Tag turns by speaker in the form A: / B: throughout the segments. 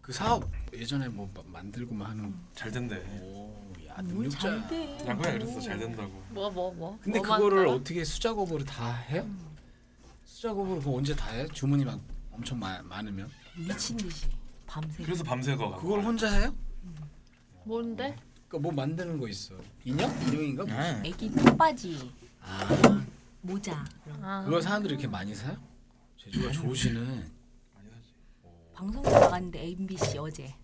A: 그 사업 예전에 뭐 마- 만들고 막 하는
B: 잘 된대.
A: 오야
C: 뭘
A: 능력자.
C: 아, 잘돼.
B: 양구야 아, 그랬어 잘 된다고.
C: 뭐 뭐 뭐.
A: 근데
C: 뭐만 음.
A: 그거를
C: 따라?
A: 어떻게 수작업으로 다 해요? 수작업으로 그거 언제 다 해? 주문이 막 엄청 마, 많으면
C: 미친 듯이 밤새.
B: 그래서 밤새가.
A: 그걸 혼자 해요?
C: 뭔데?
A: 그러니까 뭐 만드는 거 있어 인형? 인형인가?
D: 아,
A: 뭐?
C: 애기 턱바지,
A: 아
C: 모자. 그런 거.
E: 아,
A: 그걸 사람들이 이렇게 많이 사요? 제주가 좋으시는
B: 많이 사지.
C: 방송국 나갔는데 MBC 어제.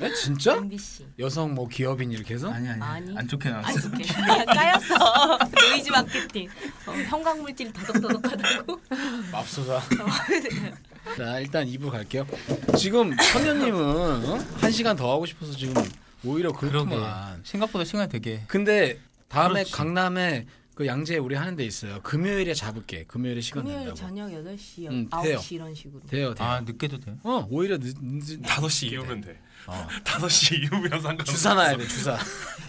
A: 에? 진짜?
C: MBC.
A: 여성 뭐 기업인 이렇게 해서?
B: 아니 아니.
C: 아니.
B: 안 좋게
C: 아
B: 나왔어.
C: 이렇게 까였어. 노이즈 마케팅. 어, 형광물질 더덕더덕하다고.
A: 맙소사. 자 일단 2부 갈게요. 지금 선녀님은 어? 한 시간 더 하고 싶어서 지금 오히려 그렇구만.
D: 생각보다 시간이 되게
A: 근데 다음에
D: 그렇지.
A: 강남에 그 양재 우리 하는 데 있어요. 금요일에 잡을게. 금요일에 시간
C: 금요일
A: 된다고.
C: 저녁 8시,
A: 음, 돼요.
C: 9시 이런 식으로.
A: 돼요 돼요.
D: 아 늦게도 돼.
A: 어 오히려 늦, 늦,
B: 5시 이후면 돼.
D: 어.
B: 5시 이후면 상관.
A: 주사 놔야 돼 주사.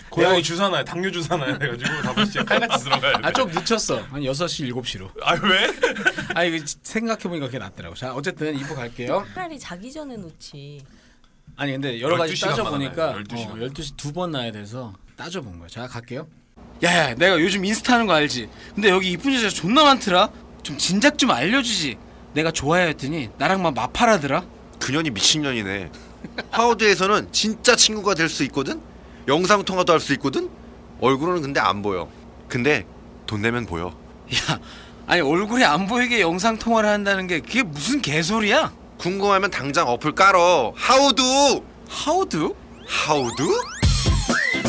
B: 고양이 주사나 당뇨 주사나 해가지고 5시에 칼같이 들어가야 돼.
A: 아 좀 늦췄어. 한 6시 7시로.
B: 아 왜?
A: 아 이거 생각해보니까 그게 낫더라고. 자 어쨌든 2부 갈게요.
C: 차라리 자기 전에 놓지.
A: 아니 근데 여러 가지
B: 12시간
A: 따져보니까
B: 많아요, 12시간.
A: 어, 12시 두 번 나야 돼서 따져본 거야 자 갈게요 야야 내가 요즘 인스타 하는 거 알지 근데 여기 이쁜 여자 존나 많더라 좀 진작 좀 알려주지 내가 좋아해 했더니 나랑만 마팔하더라
F: 그년이 미친년이네. 하워드에서는 진짜 친구가 될 수 있거든. 영상 통화도 할 수 있거든. 얼굴은 근데 안 보여. 근데 돈 내면 보여.
G: 야, 아니 얼굴이 안 보이게 영상 통화를 한다는 게 그게 무슨 개소리야?
F: 궁금하면 당장 어플 깔어. 하우드.
G: 하우드?
F: 하우드?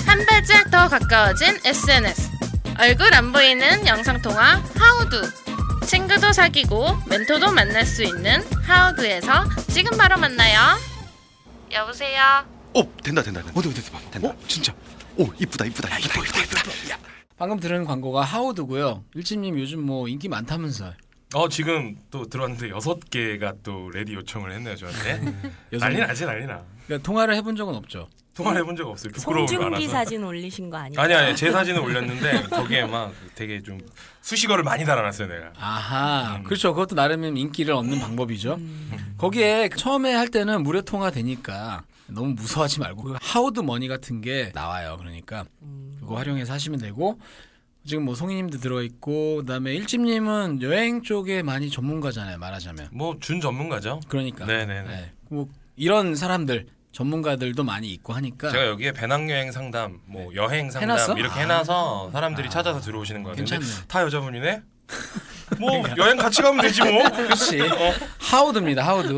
E: 한 발짝 더 가까워진 SNS 얼굴 안 보이는 영상통화 하우두 친구도 사귀고 멘토도 만날 수 있는 하우두에서 지금 바로 만나요 여보세요
F: 어 된다 된다 된다.
G: 어디 어디 어디 봐봐.
F: 된다.
G: 진짜.
F: 오 이쁘다 이쁘다 이쁘다 이쁘다.
A: 방금 들은 광고가 하우드고요 일진님 요즘 뭐 인기 많다면서
B: 어 지금 또 들어왔는데 여섯 개가 또 레디 요청을 했네요 저한테. 난리 나지 난리 나.
A: 그러니까 통화를 해본 적은 없죠
B: 통화를 해본 적 없어요. 부끄러움을
C: 송중기
B: 알아서.
C: 사진 올리신 거 아니야?
B: 아니 아니 제 사진을 올렸는데 거기에 막 되게 좀 수식어를 많이 달아놨어요 내가.
A: 아하
G: 음.
A: 그렇죠 그것도 나름 인기를 얻는 방법이죠 거기에 처음에 할 때는 무료 통화 되니까 너무 무서워하지 말고 그 하우드 머니 같은 게 나와요 그러니까
C: 음.
A: 그거 활용해서 하시면 되고 지금 뭐 송이님도 들어 있고 그다음에 일집님은 여행 쪽에 많이 전문가잖아요 말하자면
B: 뭐 준 전문가죠.
A: 그러니까
B: 네네네.
A: 네. 뭐 이런 사람들 전문가들도 많이 있고 하니까
B: 제가 여기에 배낭여행 상담, 뭐 여행 상담
A: 네. 해놨어? 아.
B: 이렇게 해놔서 사람들이 찾아서 들어오시는 거예요. 근데
A: 괜찮네. 그러니까.
B: 다 여자분이네. 뭐 여행 같이 가면 되지 뭐.
A: 그렇지 어, 하우드입니다 하우드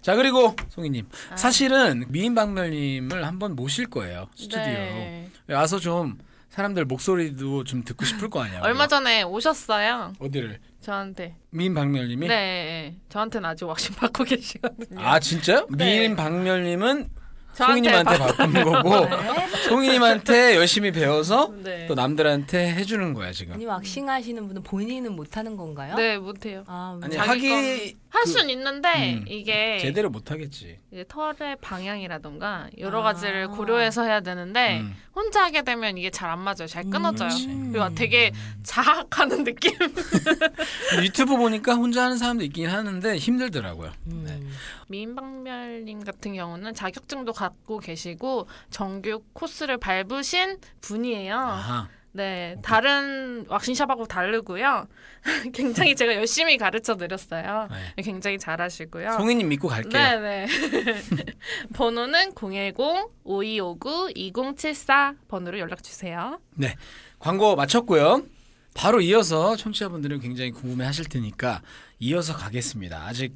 A: 자 그리고 송이님
E: 아.
A: 사실은 미인박멸님을 한번 모실 거예요 스튜디오
E: 네.
A: 와서 좀 사람들 목소리도 좀 듣고 싶을 거 아니야
E: 얼마 전에 오셨어요
A: 어디를
E: 저한테
A: 미인박멸님이
E: 네 저한테는 아직 왁싱 받고 계시거든요
A: 아 진짜요
E: 네.
A: 미인박멸님은
E: 저한테
A: 송이님한테 바꾼
C: 아,
A: 거고
C: 네?
A: 송이님한테 열심히 배워서
E: 네.
A: 또 남들한테 해주는 거야 지금.
C: 아니 왁싱 하시는 분은 본인은 못 하는 건가요?
E: 네 못해요
C: 아,
A: 아니
E: 자기
A: 하기
E: 할
A: 그-
E: 순 있는데
A: 음.
E: 이게
A: 제대로 못 하겠지.
E: 이제 털의 방향이라던가 여러
C: 아.
E: 가지를 고려해서 해야 되는데
A: 음.
E: 혼자 하게 되면 이게 잘 안 맞아요. 잘 끊어져요.
A: 그렇지.
E: 그리고 막 되게 자학하는 느낌.
A: 근데 유튜브 보니까 혼자 하는 사람도 있긴 하는데 힘들더라고요.
C: 음.
A: 네.
E: 미인박멸님 같은 경우는 자격증도 갖고 계시고 정규 코스를 밟으신 분이에요.
A: 아하.
E: 네, 다른 왁싱샵하고 다르고요. 굉장히 제가 열심히 가르쳐 드렸어요.
A: 네.
E: 굉장히 잘하시고요.
A: 송이님 믿고 갈게요.
E: 네네. 번호는 010-5259-2074 번호로 연락 주세요.
A: 네. 광고 마쳤고요. 바로 이어서 청취자분들은 굉장히 궁금해하실 테니까 이어서 가겠습니다. 아직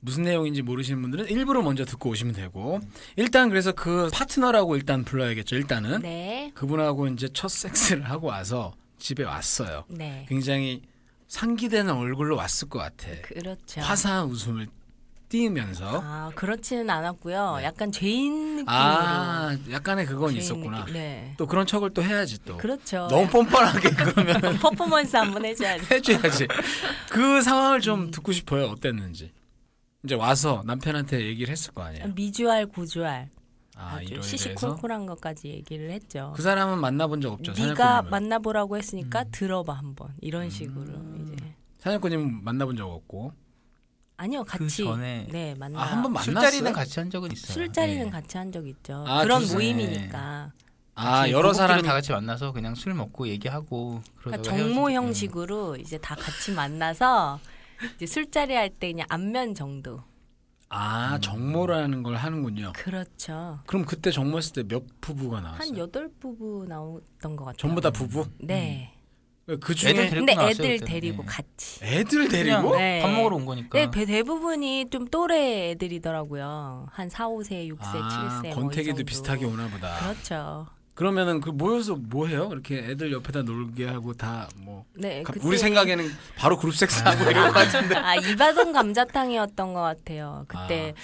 A: 무슨 내용인지 모르시는 분들은 일부러 먼저 듣고 오시면 되고 일단 그래서 그 파트너라고 일단 불러야겠죠. 일단은
C: 네.
A: 그분하고 이제 첫 섹스를 하고 와서 집에 왔어요.
C: 네.
A: 굉장히 상기되는 얼굴로 왔을 것 같아.
C: 그렇죠.
A: 화사한 웃음을 띄우면서
C: 아, 그렇지는 않았고요. 약간 죄인 느낌으로.
A: 네. 아 약간의 그건
C: 죄인
A: 있었구나.
C: 느낌. 네.
A: 또 그런 척을 또 해야지 또.
C: 그렇죠.
A: 너무 뻔뻔하게 그러면
C: 퍼포먼스 한번 해줘야 돼.
A: 해줘야지. 그 상황을 좀
C: 음.
A: 듣고 싶어요. 어땠는지. 이제 와서 남편한테 얘기를 했을 거 아니에요.
C: 미주알 고주알
A: 네. 아
C: 음. 아주
A: 이러해서
C: 시시콜콜한 것까지 얘기를 했죠.
A: 그 사람은 만나본 적 없죠.
C: 네가
A: 사냥꾼님은. 음.
C: 만나보라고 했으니까 들어봐 한번 이런 식으로 이제
A: 사냥꾼님 만나본 적 없고
C: 아니요 같이
D: 전에-
C: 네 만나
A: 그 아, 한번 만났어요?
D: 술자리는 같이 한 적은 있어요.
C: 술자리는
D: 예.
C: 같이 한 적 있죠.
A: 아,
C: 그런
A: 둘이서.
C: 모임이니까
A: 아
D: 같이
A: 여러
D: 고급지로
A: 사람이
D: 다 같이 만나서 그냥 술 먹고 얘기하고 그러다가
C: 그러니까 정모
D: 헤어지고.
C: 형식으로 이제 다 같이 만나서 이제 술자리 할 때 그냥 안면 정도.
A: 아 정모라는 걸 하는군요.
C: 그렇죠.
A: 그럼 그때 정모했을 때 몇 부부가 나왔어요?
C: 한 여덟 부부 나왔던 것 같아요.
A: 전부 다 부부?
C: 네.
A: 그
D: 애들
A: 중에
D: 데리고
C: 근데
D: 나왔어요,
C: 애들
D: 그때는.
C: 데리고
A: 네.
D: 예.
C: 같이.
A: 애들
D: 그냥
A: 데리고?
C: 네.
D: 밥 먹으러 온 거니까.
A: 그러니까
C: 네, 대- 대부분이 좀 또래 애들이더라고요. 한 4, 5세, 6세, 뭐
A: 아
C: 7세.
A: 권태기도 비슷하게 오나 보다.
C: 그렇죠.
A: 그러면은 그 모여서 뭐 해요? 이렇게 애들 옆에다 놀게 하고 다 뭐.
C: 네,
A: 가-
C: 그때-
A: 우리 생각에는 바로 그룹 섹스하고 이런 것 같은데.
C: 아 이바돈 감자탕이었던 것 같아요. 그때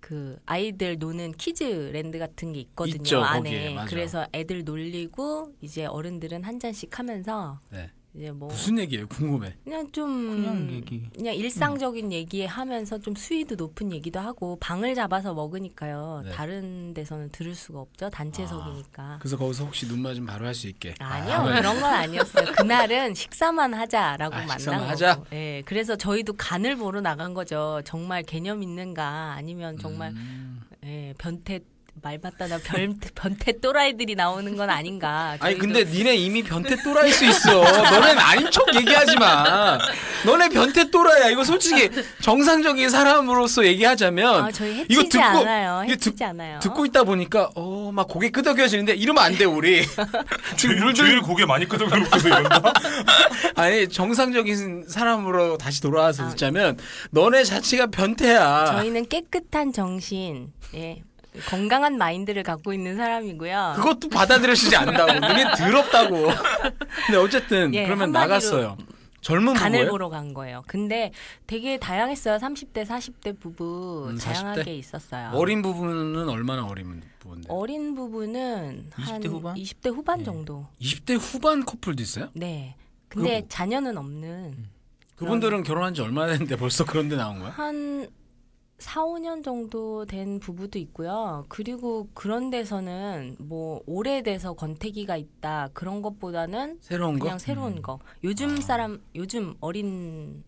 C: 그 아이들 노는 키즈랜드 같은 게 있거든요
A: 있죠,
C: 안에.
A: 거기에, 맞아.
C: 그래서 애들 놀리고 이제 어른들은 한 잔씩 하면서
A: 네.
C: 이제 뭐
A: 무슨 얘기예요? 궁금해.
C: 그냥 좀
D: 그냥 얘기.
C: 그냥 일상적인 얘기에 하면서 좀 수위도 높은 얘기도 하고 방을 잡아서 먹으니까요.
A: 네. 아,
C: 다른 데서는 들을 수가 없죠. 단체석이니까.
A: 그래서 거기서 혹시 눈 맞으면 바로 할 수 있게.
C: 아, 니요
A: 네.
C: 그런 건 아니었어요. 그날은 식사만 하자라고
A: 아,
C: 만난
A: 식사만
C: 거고.
A: 하자?
C: 예, 그래서 저희도 간을 보러 나간 거죠. 정말 개념 있는가 아니면 정말
A: 음.
C: 예, 변태 말봤다나 변 변태 또라이들이 나오는 건 아닌가.
A: 아니
C: 저희도
A: 근데 니네 이미 변태 또라일 수 있어. 너넨 아닌 척 얘기하지 마. 너네 변태 또라야. 이거 솔직히 정상적인 사람으로서 얘기하자면
C: 아, 저희 해치지
A: 이거 듣고
C: 않아요.
A: 이거 듣-
C: 해치지 않아요.
A: 듣고 있다 보니까 어 막 고개 끄덕여지는데 이러면 안 돼 우리. 지금
B: 제일,
A: 물 좀-
B: 제일 고개 많이 끄덕끄덕거리고 이런다.
A: 아니 정상적인 사람으로 다시 돌아와서 듣자면 너네 자체가 변태야.
C: 저희는 깨끗한 정신, 예, 건강한 마인드를 갖고 있는 사람이고요.
A: 그것도 받아들여지지 않는다고. 눈이 더럽다고. 근데 어쨌든
C: 예,
A: 그러면
C: 한마디로
A: 나갔어요. 젊은
C: 간을
A: 부부예요?
C: 보러 간 거예요. 근데 되게 다양했어요. 30대, 40대 부부
A: 음, 40대?
C: 다양하게 있었어요.
A: 어린 부부는 얼마나 어린 부부인데?
C: 어린 부부는 한
D: 20대 후반?
C: 20대 후반
D: 예.
C: 정도.
A: 20대 후반 커플도 있어요?
C: 네. 근데
A: 네. 그거-
C: 자녀는
A: 음.
C: 없는
A: 그분들은 결혼한 지 얼마나 됐는데 벌써 그런 데 나온 거야?
C: 한 4, 5년 정도 된 부부도 있고요. 그리고 그런 데서는 뭐 오래돼서 권태기가 있다 그런 것보다는
A: 새로운 거? 음.
C: 그냥 새로운 거. 요즘 사람 요즘 어린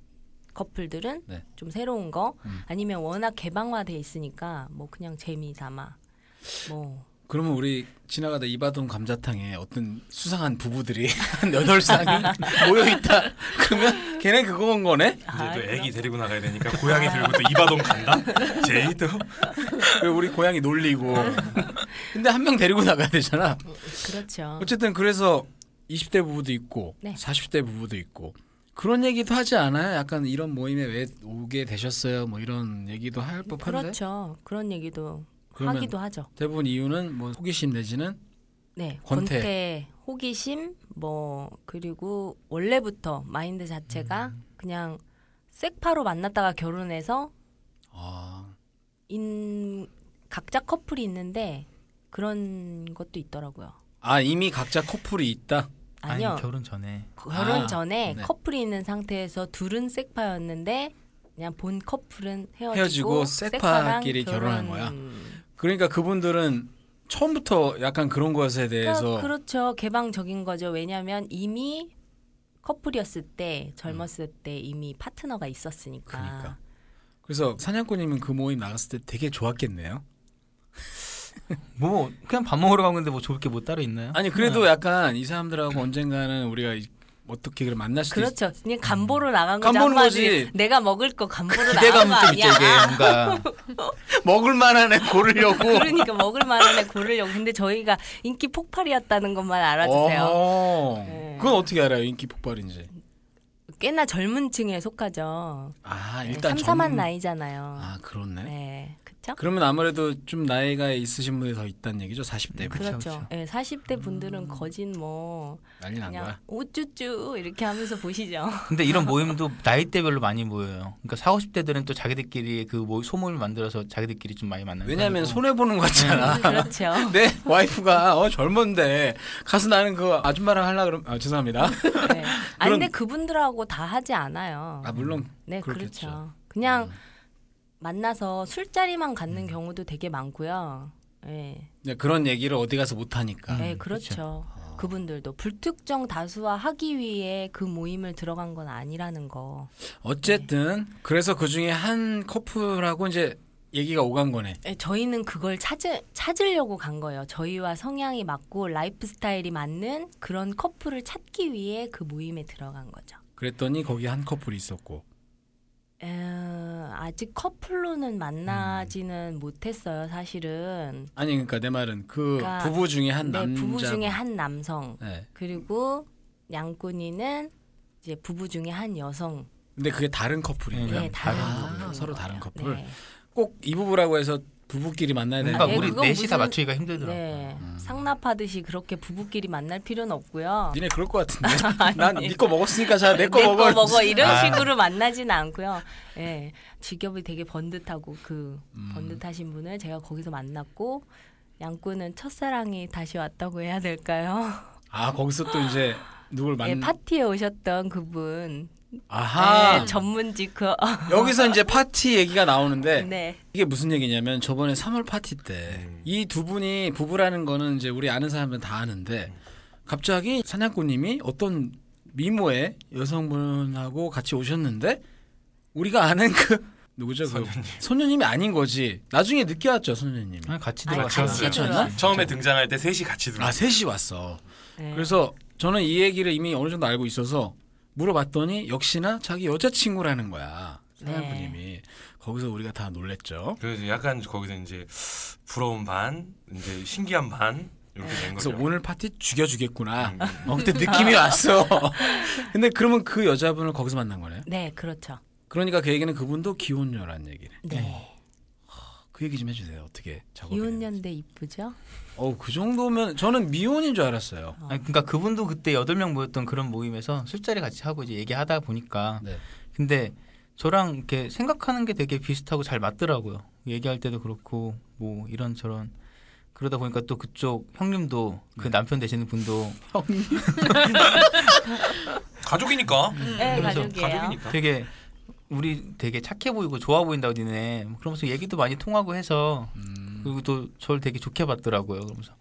C: 커플들은
A: 네.
C: 좀 새로운 거 아니면 워낙 개방화돼 있으니까 뭐 그냥 재미 삼아 뭐
A: 그러면 우리 지나가다 이바돈 감자탕에 어떤 수상한 부부들이 한 여덟 쌍이 모여 있다. 그러면 걔네 그거인 거네?
B: 이제 또 애기 데리고 나가야 되니까 고양이 들고 또 이바동 간다. 제이 또
A: 왜 우리 고양이 놀리고. 근데 한 명 데리고 나가야 되잖아.
C: 그렇죠.
A: 어쨌든 그래서 20대 부부도 있고
C: 네.
A: 40대 부부도 있고 그런 얘기도 하지 않아요? 약간 이런 모임에 왜 오게 되셨어요? 뭐 이런 얘기도 할 법한데
C: 그렇죠. 그런 얘기도
A: 그러면-
C: 하기도 하죠.
A: 대부분 이유는 뭐 호기심 내지는
C: 네.
A: 권태.
C: 권태. 호기심 뭐 그리고 원래부터 마인드 자체가 그냥 섹파로 만났다가 결혼해서
A: 아
C: 인 각자 커플이 있는데 그런 것도 있더라고요.
A: 아, 이미 각자 커플이 있다.
D: 아니
C: 아니요.
D: 결혼 전에
C: 그 결혼
A: 아,
C: 전에
A: 네.
C: 커플이 있는 상태에서 둘은 섹파였는데 그냥 본 커플은 헤어지고,
A: 헤어지고
C: 섹파랑
A: 섹파끼리 결혼한 거야?
C: 결혼-
A: 그러니까 그분들은 처음부터 약간 그런 것에 대해서
C: 그러니까 그렇죠. 개방적인 거죠. 왜냐하면 이미 커플이었을 때 젊었을 때 이미 파트너가 있었으니까.
A: 음. 그러니까. 그래서 사냥꾼님은 그 모임 나갔을 때 되게 좋았겠네요.
D: 뭐 그냥 밥 먹으러 간 건데 뭐 좋을 게 뭐 따로 있나요?
A: 아니 그래도 약간 이 사람들하고 언젠가는 우리가 이- 어떻게 그래 만날 수도 있
C: 그렇죠. 그냥 간보로 나간 거지.
A: 음. 간 보는
C: 한마디로
A: 거지.
C: 내가 먹을 거 간보로 나간 거
D: 기대감은 좀 있죠
C: 아니야.
D: 이게 뭔가
A: 먹을 만한 애 고르려고
C: 그러니까 먹을 만한 애 고르려고. 근데 저희가 인기 폭발이었다는 것만 알아주세요.
A: 어허.
C: 네.
A: 그건 어떻게 알아요? 인기 폭발인지.
C: 꽤나 젊은 층에 속하죠.
A: 아
C: 네,
A: 일단
C: 삼삼한
A: 전-
C: 나이잖아요.
A: 아 그렇네.
C: 네, 그렇죠.
A: 그러면 아무래도 좀 나이가 있으신 분이 더 있다는 얘기죠. 40대 분.
C: 그렇죠.
D: 그쵸.
C: 예, 40대 분들은 거진 뭐
A: 난리 난
C: 그냥
A: 거야.
C: 우쭈쭈 이렇게 하면서 보시죠.
D: 근데 이런 모임도 나이대별로 많이 모여요. 그러니까 4, 50대들은 또 자기들끼리 그 모, 소모임을 만들어서 자기들끼리 좀 많이 만나는
A: 왜냐하면
D: 편이고.
A: 손해 보는 거 같잖아.
C: 그렇죠.
A: 내 와이프가 어 젊은데 가서 나는 그 아줌마랑 할라 그럼 아 죄송합니다.
C: 네. 아 근데 그분들하고 다 하지 않아요.
A: 아 물론
C: 네, 그렇죠
A: 그렇겠죠.
C: 그냥 만나서 술자리만 갖는 경우도 되게 많고요. 예. 아,
A: 그냥 그런 얘기를 어디 가서 못 하니까.
C: 네, 그렇죠. 그분들도 불특정 다수화 하기 위해 그 모임을 들어간 건 아니라는 거.
A: 어쨌든 그래서 그 중에 한 커플하고 이제 얘기가 오간 거네.
C: 예, 저희는 그걸 찾으, 찾으려고 간 거예요. 저희와 성향이 맞고 라이프 스타일이 맞는 그런 커플을 찾기 위해 그 모임에 들어간 거죠.
A: 그랬더니 거기 한 커플이 있었고.
C: 에, 아직 커플로는 만나지는 못했어요, 사실은.
A: 아니 그러니까 내 말은 그
C: 그러니까
A: 부부 중에 한
C: 네,
A: 남자.
C: 부부 중에 한 남성.
A: 네.
C: 그리고 양꾼이는 이제 부부 중에 한 여성.
A: 근데 그게 다른 커플인 거야.
D: 네,
C: 예, 다른
A: 아,
C: 부부인
A: 서로
C: 거예요.
A: 다른 커플.
C: 네.
A: 꼭 이 부부라고 해서 부부끼리 만나야 되는
D: 그러니까
C: 네,
A: 거야.
D: 우리
C: 그건
D: 넷이 다
C: 무슨-
D: 맞추기가 힘들더라고. 요
C: 네.
A: 음.
C: 상납하듯이 그렇게 부부끼리 만날 필요는 없고요.
A: 니네 그럴 것 같은데. 난 네 거 먹었으니까 자 내 거
C: 내
A: 먹어.
C: 거 먹어 이런
A: 아.
C: 식으로 만나진 않고요. 예. 직업이 되게 번듯하고 그
A: 음.
C: 번듯하신 분을 제가 거기서 만났고 양꾼은 첫사랑이 다시 왔다고 해야 될까요?
A: 아 거기서 또 이제 누굴 만.
C: 예, 파티에 오셨던 그분.
A: 아하.
C: 예, 전문직 그
A: 여기서 이제 파티 얘기가 나오는데
C: 네.
A: 이게 무슨 얘기냐면 저번에 3월 파티 때 이 두 분이 부부라는 거는 이제 우리 아는 사람들은 다 아는데 갑자기 사냥꾼님이 어떤 미모의 여성분하고 같이 오셨는데 우리가 아는 그 누구죠? 소녀님. 그 소녀님이 아닌 거지. 나중에 늦게 왔죠, 소녀님이.
D: 같이
C: 아니,
D: 들어갔어요.
C: 같이
A: 같이 들어갔나?
C: 들어갔어요.
B: 네. 처음에 등장할 때 셋이 같이 들어.
A: 아, 셋이 왔어.
C: 예.
A: 그래서 저는 이 얘기를 이미 어느 정도 알고 있어서 물어봤더니 역시나 자기 여자친구라는 거야. 사냥꾼님이. 거기서 우리가 다 놀랬죠.
B: 그래서 약간 거기서 이제 부러운 반, 이제 신기한 반 이렇게 된
A: 그래서
B: 거죠.
A: 오늘 파티 죽여주겠구나.
B: 음.
A: 어, 그때 느낌이 왔어. 근데 그러면 그 여자분을 거기서 만난 거네요.
C: 네, 그렇죠.
A: 그러니까 그 얘기는 그분도 기혼녀라는 얘기네.
C: 네.
A: 그 얘기 좀 해주세요. 어떻게 작업이?
C: 이혼년대 이쁘죠?
A: 어, 그 정도면 저는 미혼인 줄 알았어요.
D: 아니, 그러니까 그분도 그때 여덟 명 모였던 그런 모임에서 술자리 같이 하고 이제 얘기하다 보니까
A: 네.
D: 근데 저랑 이렇게 생각하는 게 되게 비슷하고 잘 맞더라고요. 얘기할 때도 그렇고 뭐 이런 저런 그러다 보니까 또 그쪽 형님도 그
A: 네.
D: 남편 되시는 분도
B: 가족이니까.
A: 음.
C: 네,
D: 그래서
C: 가족이에요.
B: 가족이니까.
D: 되게 우리 되게 착해 보이고 좋아 보인다 니네 뭐 그러면서 얘기도 많이 통하고 해서
A: 음.
D: 그리고 또 저를 되게 좋게 봤더라고요. 그러면서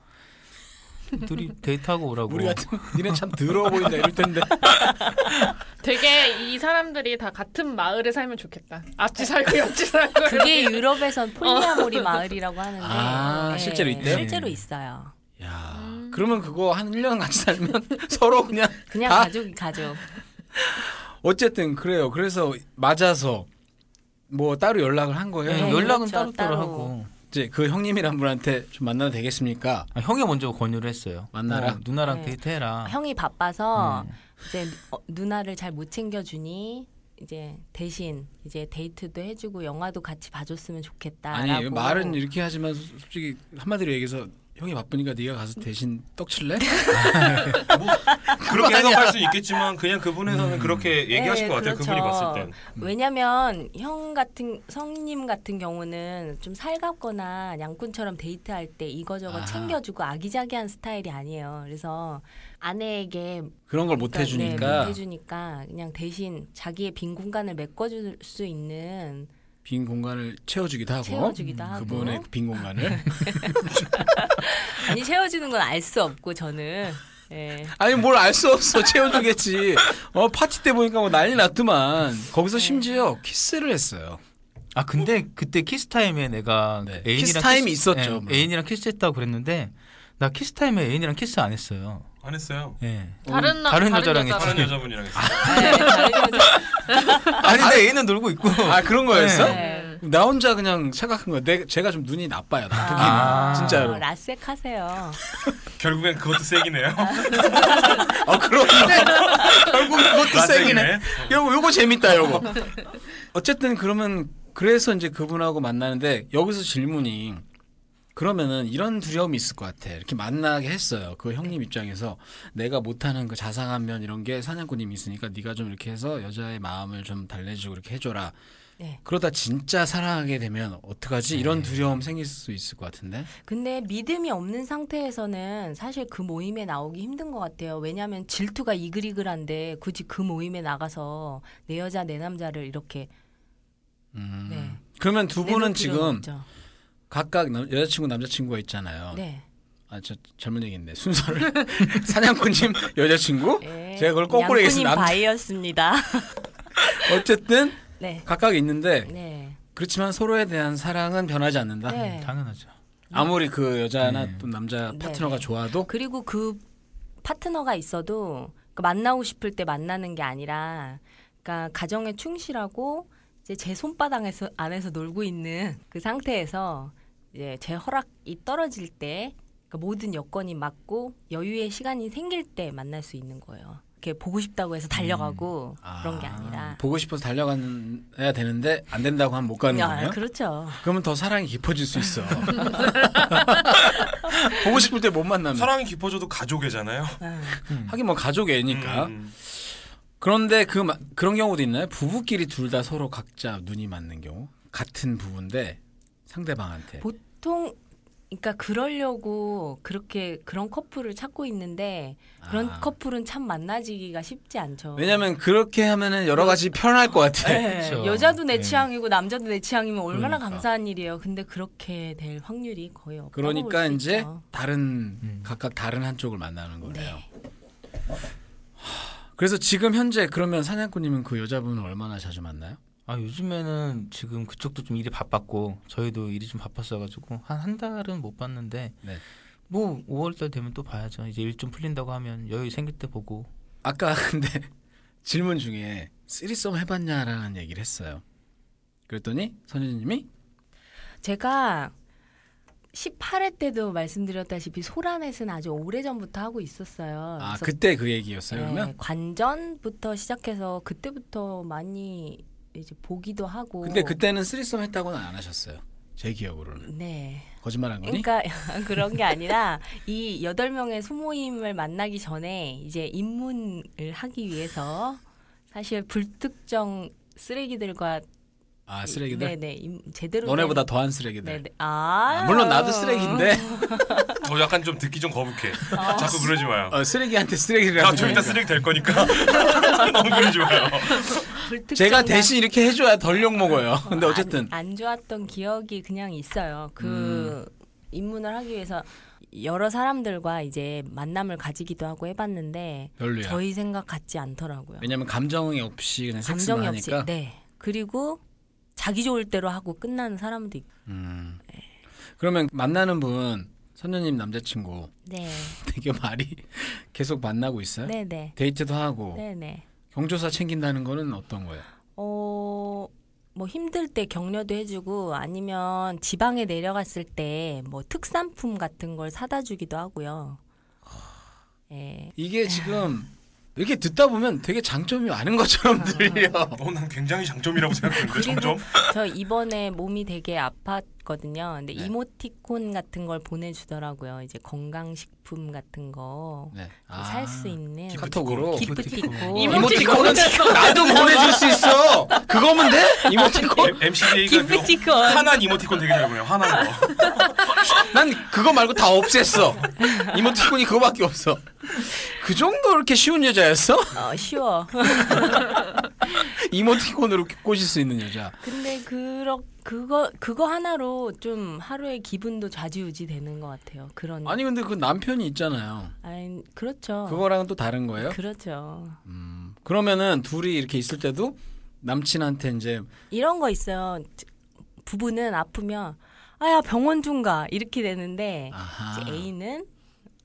D: 둘이 데이트하고 오라고.
A: 우리 같은 니네 참 더러워 보인다 이럴 텐데.
E: 되게 이 사람들이 다 같은 마을에 살면 좋겠다. 앞지 살고 옆지 살고.
C: 그게 유럽에선 폴리아모리 마을이라고 하는데
A: 어.
C: 예,
A: 아, 실제로 있대요?
C: 실제로 있어요.
A: 야, 그러면 그거 한 1년 같이 살면 서로 그냥
C: 그냥
A: 다
C: 가족이 가족.
A: 어쨌든 그래요. 그래서 맞아서 뭐 따로 연락을 한 거예요.
D: 네,
C: 네,
D: 연락은
C: 그렇죠.
D: 따로따로
C: 따로.
D: 하고
A: 이제 그 형님이란 분한테 좀 만나도 되겠습니까?
D: 아, 형이 먼저 권유를 했어요.
A: 만나라?
D: 어, 누나랑
C: 네.
D: 데이트해라.
C: 형이 바빠서 이제 어, 누나를 잘 못 챙겨주니 이제 대신 이제 데이트도 해주고 영화도 같이 봐줬으면 좋겠다라고. 네,
A: 아니 말은 이렇게 하지만 솔직히 한마디로 얘기해서 형이 바쁘니까 네가 가서 대신 떡칠래?
B: 그렇게 해석할 수 있겠지만 그냥 그분에서는 그렇게
A: 음.
B: 얘기하신
C: 네,
B: 것 같아요. 그분이
C: 그렇죠.
B: 봤을 땐. 음.
C: 왜냐면 형 같은 성님 같은 경우는 좀 살갑거나 양꾼처럼 데이트할 때 이거저거
A: 아.
C: 챙겨주고 아기자기한 스타일이 아니에요. 그래서 아내에게
A: 그런 걸 못
C: 그러니까, 네,
A: 해주니까
C: 못 해주니까 그냥 대신 자기의 빈 공간을 메꿔줄 수 있는
A: 빈 공간을 채워주기도 하고 음,
C: 채워주기도 하고.
A: 그분의 빈 공간을
C: 아니 채워주는 건 알 수 없고 저는 예.
A: 아니 뭘 알 수 없어 채워주겠지 어 파티 때 보니까 뭐 난리 났더만 거기서
C: 네.
A: 심지어 키스를 했어요
D: 아 근데 그때 키스 타임에 내가 그
A: 네.
D: 애인이랑
A: 키스 타임이 있었죠,
D: 예,
A: 물론.
D: 애인이랑 키스했다고 그랬는데 나 키스 타임에 애인이랑 키스 안 했어요.
B: 안 했어요.
D: 예.
E: 다른 나
D: 다른
E: 다른
D: 여자랑
E: 여자랑.
B: 다른 여자분이랑 했어요.
C: 네, 다른 여자-
D: 아니 내 애인은 놀고 있고.
A: 아 그런 거였어?
D: 네.
C: 네.
A: 나 혼자 그냥 착각한 거야 내, 제가 좀 눈이 나빠요 나쁘기는
D: 아.
A: 진짜로
C: 어, 라섹 하세요.
B: 결국엔 그것도 세기네요.
A: 어 그런데 결국 그것도 세기네
B: 맞네.
A: 요거 요거 재밌다 요거. 어쨌든 그러면 그래서 이제 그분하고 만나는데 여기서 질문이 그러면은 이런 두려움이 있을 것 같아. 이렇게 만나게 했어요. 그 형님 입장에서 내가 못하는 그 자상한 면 이런 게 사냥꾼님이 있으니까 네가 좀 이렇게 해서 여자의 마음을 좀 달래주고 이렇게 해줘라.
C: 네.
A: 그러다 진짜 사랑하게 되면 어떡하지? 이런 두려움 생길 수 있을 것 같은데.
C: 근데 믿음이 없는 상태에서는 사실 그 모임에 나오기 힘든 것 같아요. 왜냐하면 질투가 이글이글한데 굳이 그 모임에 나가서 내 여자 내 남자를 이렇게
A: 음.
C: 네.
A: 그러면 두
C: 내놓을
A: 분은
C: 필요는
A: 지금
C: 없죠.
A: 각각 남- 여자친구 남자친구가 있잖아요.
C: 네.
A: 아 저 잘못 얘기했네 순서를 사냥꾼님 여자친구
C: 예.
A: 제가 그걸 거꾸로 얘기했습니다.
C: 양꾼님
A: 아무튼
C: 바이였습니다.
A: 어쨌든
C: 네.
A: 각각 있는데
C: 네.
A: 그렇지만 서로에 대한 사랑은 변하지 않는다.
C: 네.
D: 당연하죠.
A: 아무리 그 여자나
D: 네.
A: 또 남자
C: 네.
A: 파트너가 좋아도
C: 그리고 그 파트너가 있어도 그 만나고 싶을 때 만나는 게 아니라 그러니까 가정에 충실하고 이제 제 손바닥에서 안에서 놀고 있는 그 상태에서 이제 제 허락이 떨어질 때그 모든 여건이 맞고 여유의 시간이 생길 때 만날 수 있는 거예요. 이렇게 보고 싶다고 해서 달려가고
A: 음.
C: 그런 게 아니라
A: 보고 싶어서 달려가야 되는데 안 된다고 하면 못 가는
C: 야,
A: 거예요.
C: 그렇죠.
A: 그러면 더 사랑이 깊어질 수 있어. 보고 싶을 때 못 만나면
B: 사랑이 깊어져도 가족이잖아요.
A: 하긴 뭐 가족 애니까.
B: 음.
A: 그런데 그 마- 그런 경우도 있나요? 부부끼리 둘 다 서로 각자 눈이 맞는 경우 같은 부부인데 상대방한테
C: 보통 그러니까 그러려고 그렇게 그런 커플을 찾고 있는데 그런
A: 아.
C: 커플은 참 만나지기가 쉽지 않죠.
A: 왜냐면 그렇죠. 그렇게 하면은 여러 가지 편할 것 같아.
C: 네,
D: 그쵸.
C: 여자도 내
D: 네.
C: 취향이고 남자도 내 취향이면 얼마나
D: 그러니까.
C: 감사한 일이에요. 근데 그렇게 될 확률이 거의 없다고
A: 그러니까
C: 볼수
A: 이제
C: 있죠.
A: 다른
D: 음.
A: 각각 다른 한쪽을 만나는 거네요.
C: 네.
A: 그래서 지금 현재 그러면 사냥꾼님은 그 여자분을 얼마나 자주 만나요?
D: 아 요즘에는 지금 그쪽도 좀 일이 바빴고 저희도 일이 좀 바빴어가지고 한 한 달은 못 봤는데
A: 네.
D: 뭐 5월달 되면 또 봐야죠. 이제 일 좀 풀린다고 하면 여유 생길 때 보고
A: 아까 근데 질문 중에 쓰리썸 해봤냐라는 얘기를 했어요. 그랬더니 선생님이
C: 제가 18회 때도 말씀드렸다시피 소라넷은 아주 오래전부터 하고 있었어요.
A: 아
C: 그래서
A: 그때 그 얘기였어요.
C: 네,
A: 그러면
C: 관전부터 시작해서 그때부터 많이 이제 보기도 하고.
A: 근데 그때는 쓰리썸 했다고는 안 하셨어요. 제 기억으로는
C: 네.
A: 거짓말한 거니?
C: 그러니까 그런 게 아니라 이 여덟 명의 소모임을 만나기 전에 이제 입문을 하기 위해서 사실 불특정 쓰레기들과
A: 아 쓰레기들.
C: 네네 임- 제대로 된-
A: 너네보다 더한 쓰레기들.
C: 네네 아
A: 아, 물론 나도 쓰레기인데
B: 저 약간 좀 듣기 좀 거북해. 자꾸 그러지 마요.
A: 어, 쓰레기한테 쓰레기라고.
B: 나좀
A: 그러니까.
B: 이따 쓰레기 될 거니까 너무 그러지 마요.
C: 불특정 아,
A: 제가 대신 이렇게 해줘야 덜 욕 먹어요. 근데 어쨌든
C: 안, 안 좋았던 기억이 그냥 있어요. 그
A: 음.
C: 입문을 하기 위해서 여러 사람들과 이제 만남을 가지기도 하고 해봤는데
A: 별로야.
C: 아, 저희 생각 같지 않더라고요.
A: 왜냐면 감정이 없이 그냥 섹스만
C: 감정이 없이
A: 하니까.
C: 네 그리고 자기 좋을 대로 하고 끝나는 사람도 있고
A: 음. 그러면 만나는 분 선녀님 남자친구
C: 네
A: 되게 말이 계속 만나고 있어요?
C: 네네
A: 데이트도 하고
C: 네네
A: 경조사 챙긴다는 거는 어떤 거예요?
C: 어뭐 힘들 때 격려도 해주고 아니면 지방에 내려갔을 때 뭐 특산품 같은 걸 사다 주기도 하고요 예
A: 이게 지금 이렇게 듣다 보면 되게 장점이 많은
C: 아.
A: 것처럼 들려.
B: 어, 난 굉장히 장점이라고 생각했는데 점점.
C: 저 이번에 몸이 되게 아팠거든요 근데
A: 네.
C: 이모티콘 같은 걸 보내주더라고요 이제 건강식품 같은 거
A: 네.
C: 그 살 수 있는
A: 카톡으로
C: 기프티콘
A: 이모티콘은 나도 보내줄 수 있어. 그거면 돼? 이모티콘?
B: MCJ가
C: 기프티콘.
B: 화난 이모티콘 되게 잘 보내요. 화난 거.
C: 아, 네.
A: 난 그거 말고 다 없앴어. 이모티콘이 그거밖에 없어. 그 정도 이렇게 쉬운 여자였어?
C: 어, 쉬워.
A: 이모티콘으로 꼬실 수 있는 여자.
C: 근데 그러, 그거 그거 하나로 좀 하루의 기분도 좌지우지 되는 것 같아요. 그런
A: 아니
C: 아니,
A: 근데 그 남편이 있잖아요.
C: 그렇죠.
A: 그거랑은 또 다른 거예요?
C: 그렇죠.
A: 음, 그러면은 둘이 이렇게 있을 때도 남친한테 이제
C: 이런 거 있어요. 부부는 아프면 아야 병원 좀 가 이렇게 되는데
A: 아하.
C: 이제 애인은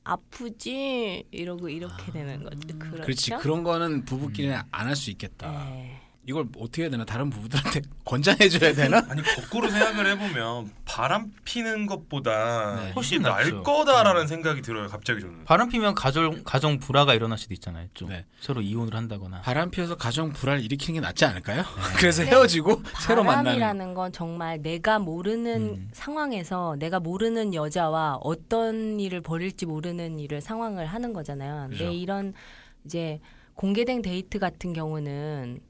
C: 아프지 이러고 이렇게 되는 거죠. 그렇죠. 음.
A: 그렇지 그런 거는 부부끼리는 안 할 수 있겠다.
C: 네.
A: 이걸 어떻게 해야 되나 다른 부부들한테 권장해줘야 되나?
B: 아니 거꾸로 생각을 해보면 바람 피는 것보다
A: 네.
B: 훨씬
D: 훨씬
B: 날
D: 낫죠.
B: 거다라는 생각이 들어요. 갑자기 저는.
D: 바람 피면 가정 가정 불화가 일어날 수도 있잖아요. 좀
A: 네.
D: 서로 이혼을 한다거나
A: 바람 피워서 가정 불화를 일으키는 게 낫지 않을까요?
C: 네.
A: 그래서 헤어지고 새로 만나는. 음.
C: 바람이라는 건 정말 내가 모르는 상황에서 내가 모르는 여자와 어떤 일을 벌일지 모르는 일을 상황을 하는 거잖아요.
A: 그죠.
C: 근데 이런 이제 공개된 데이트 같은 경우는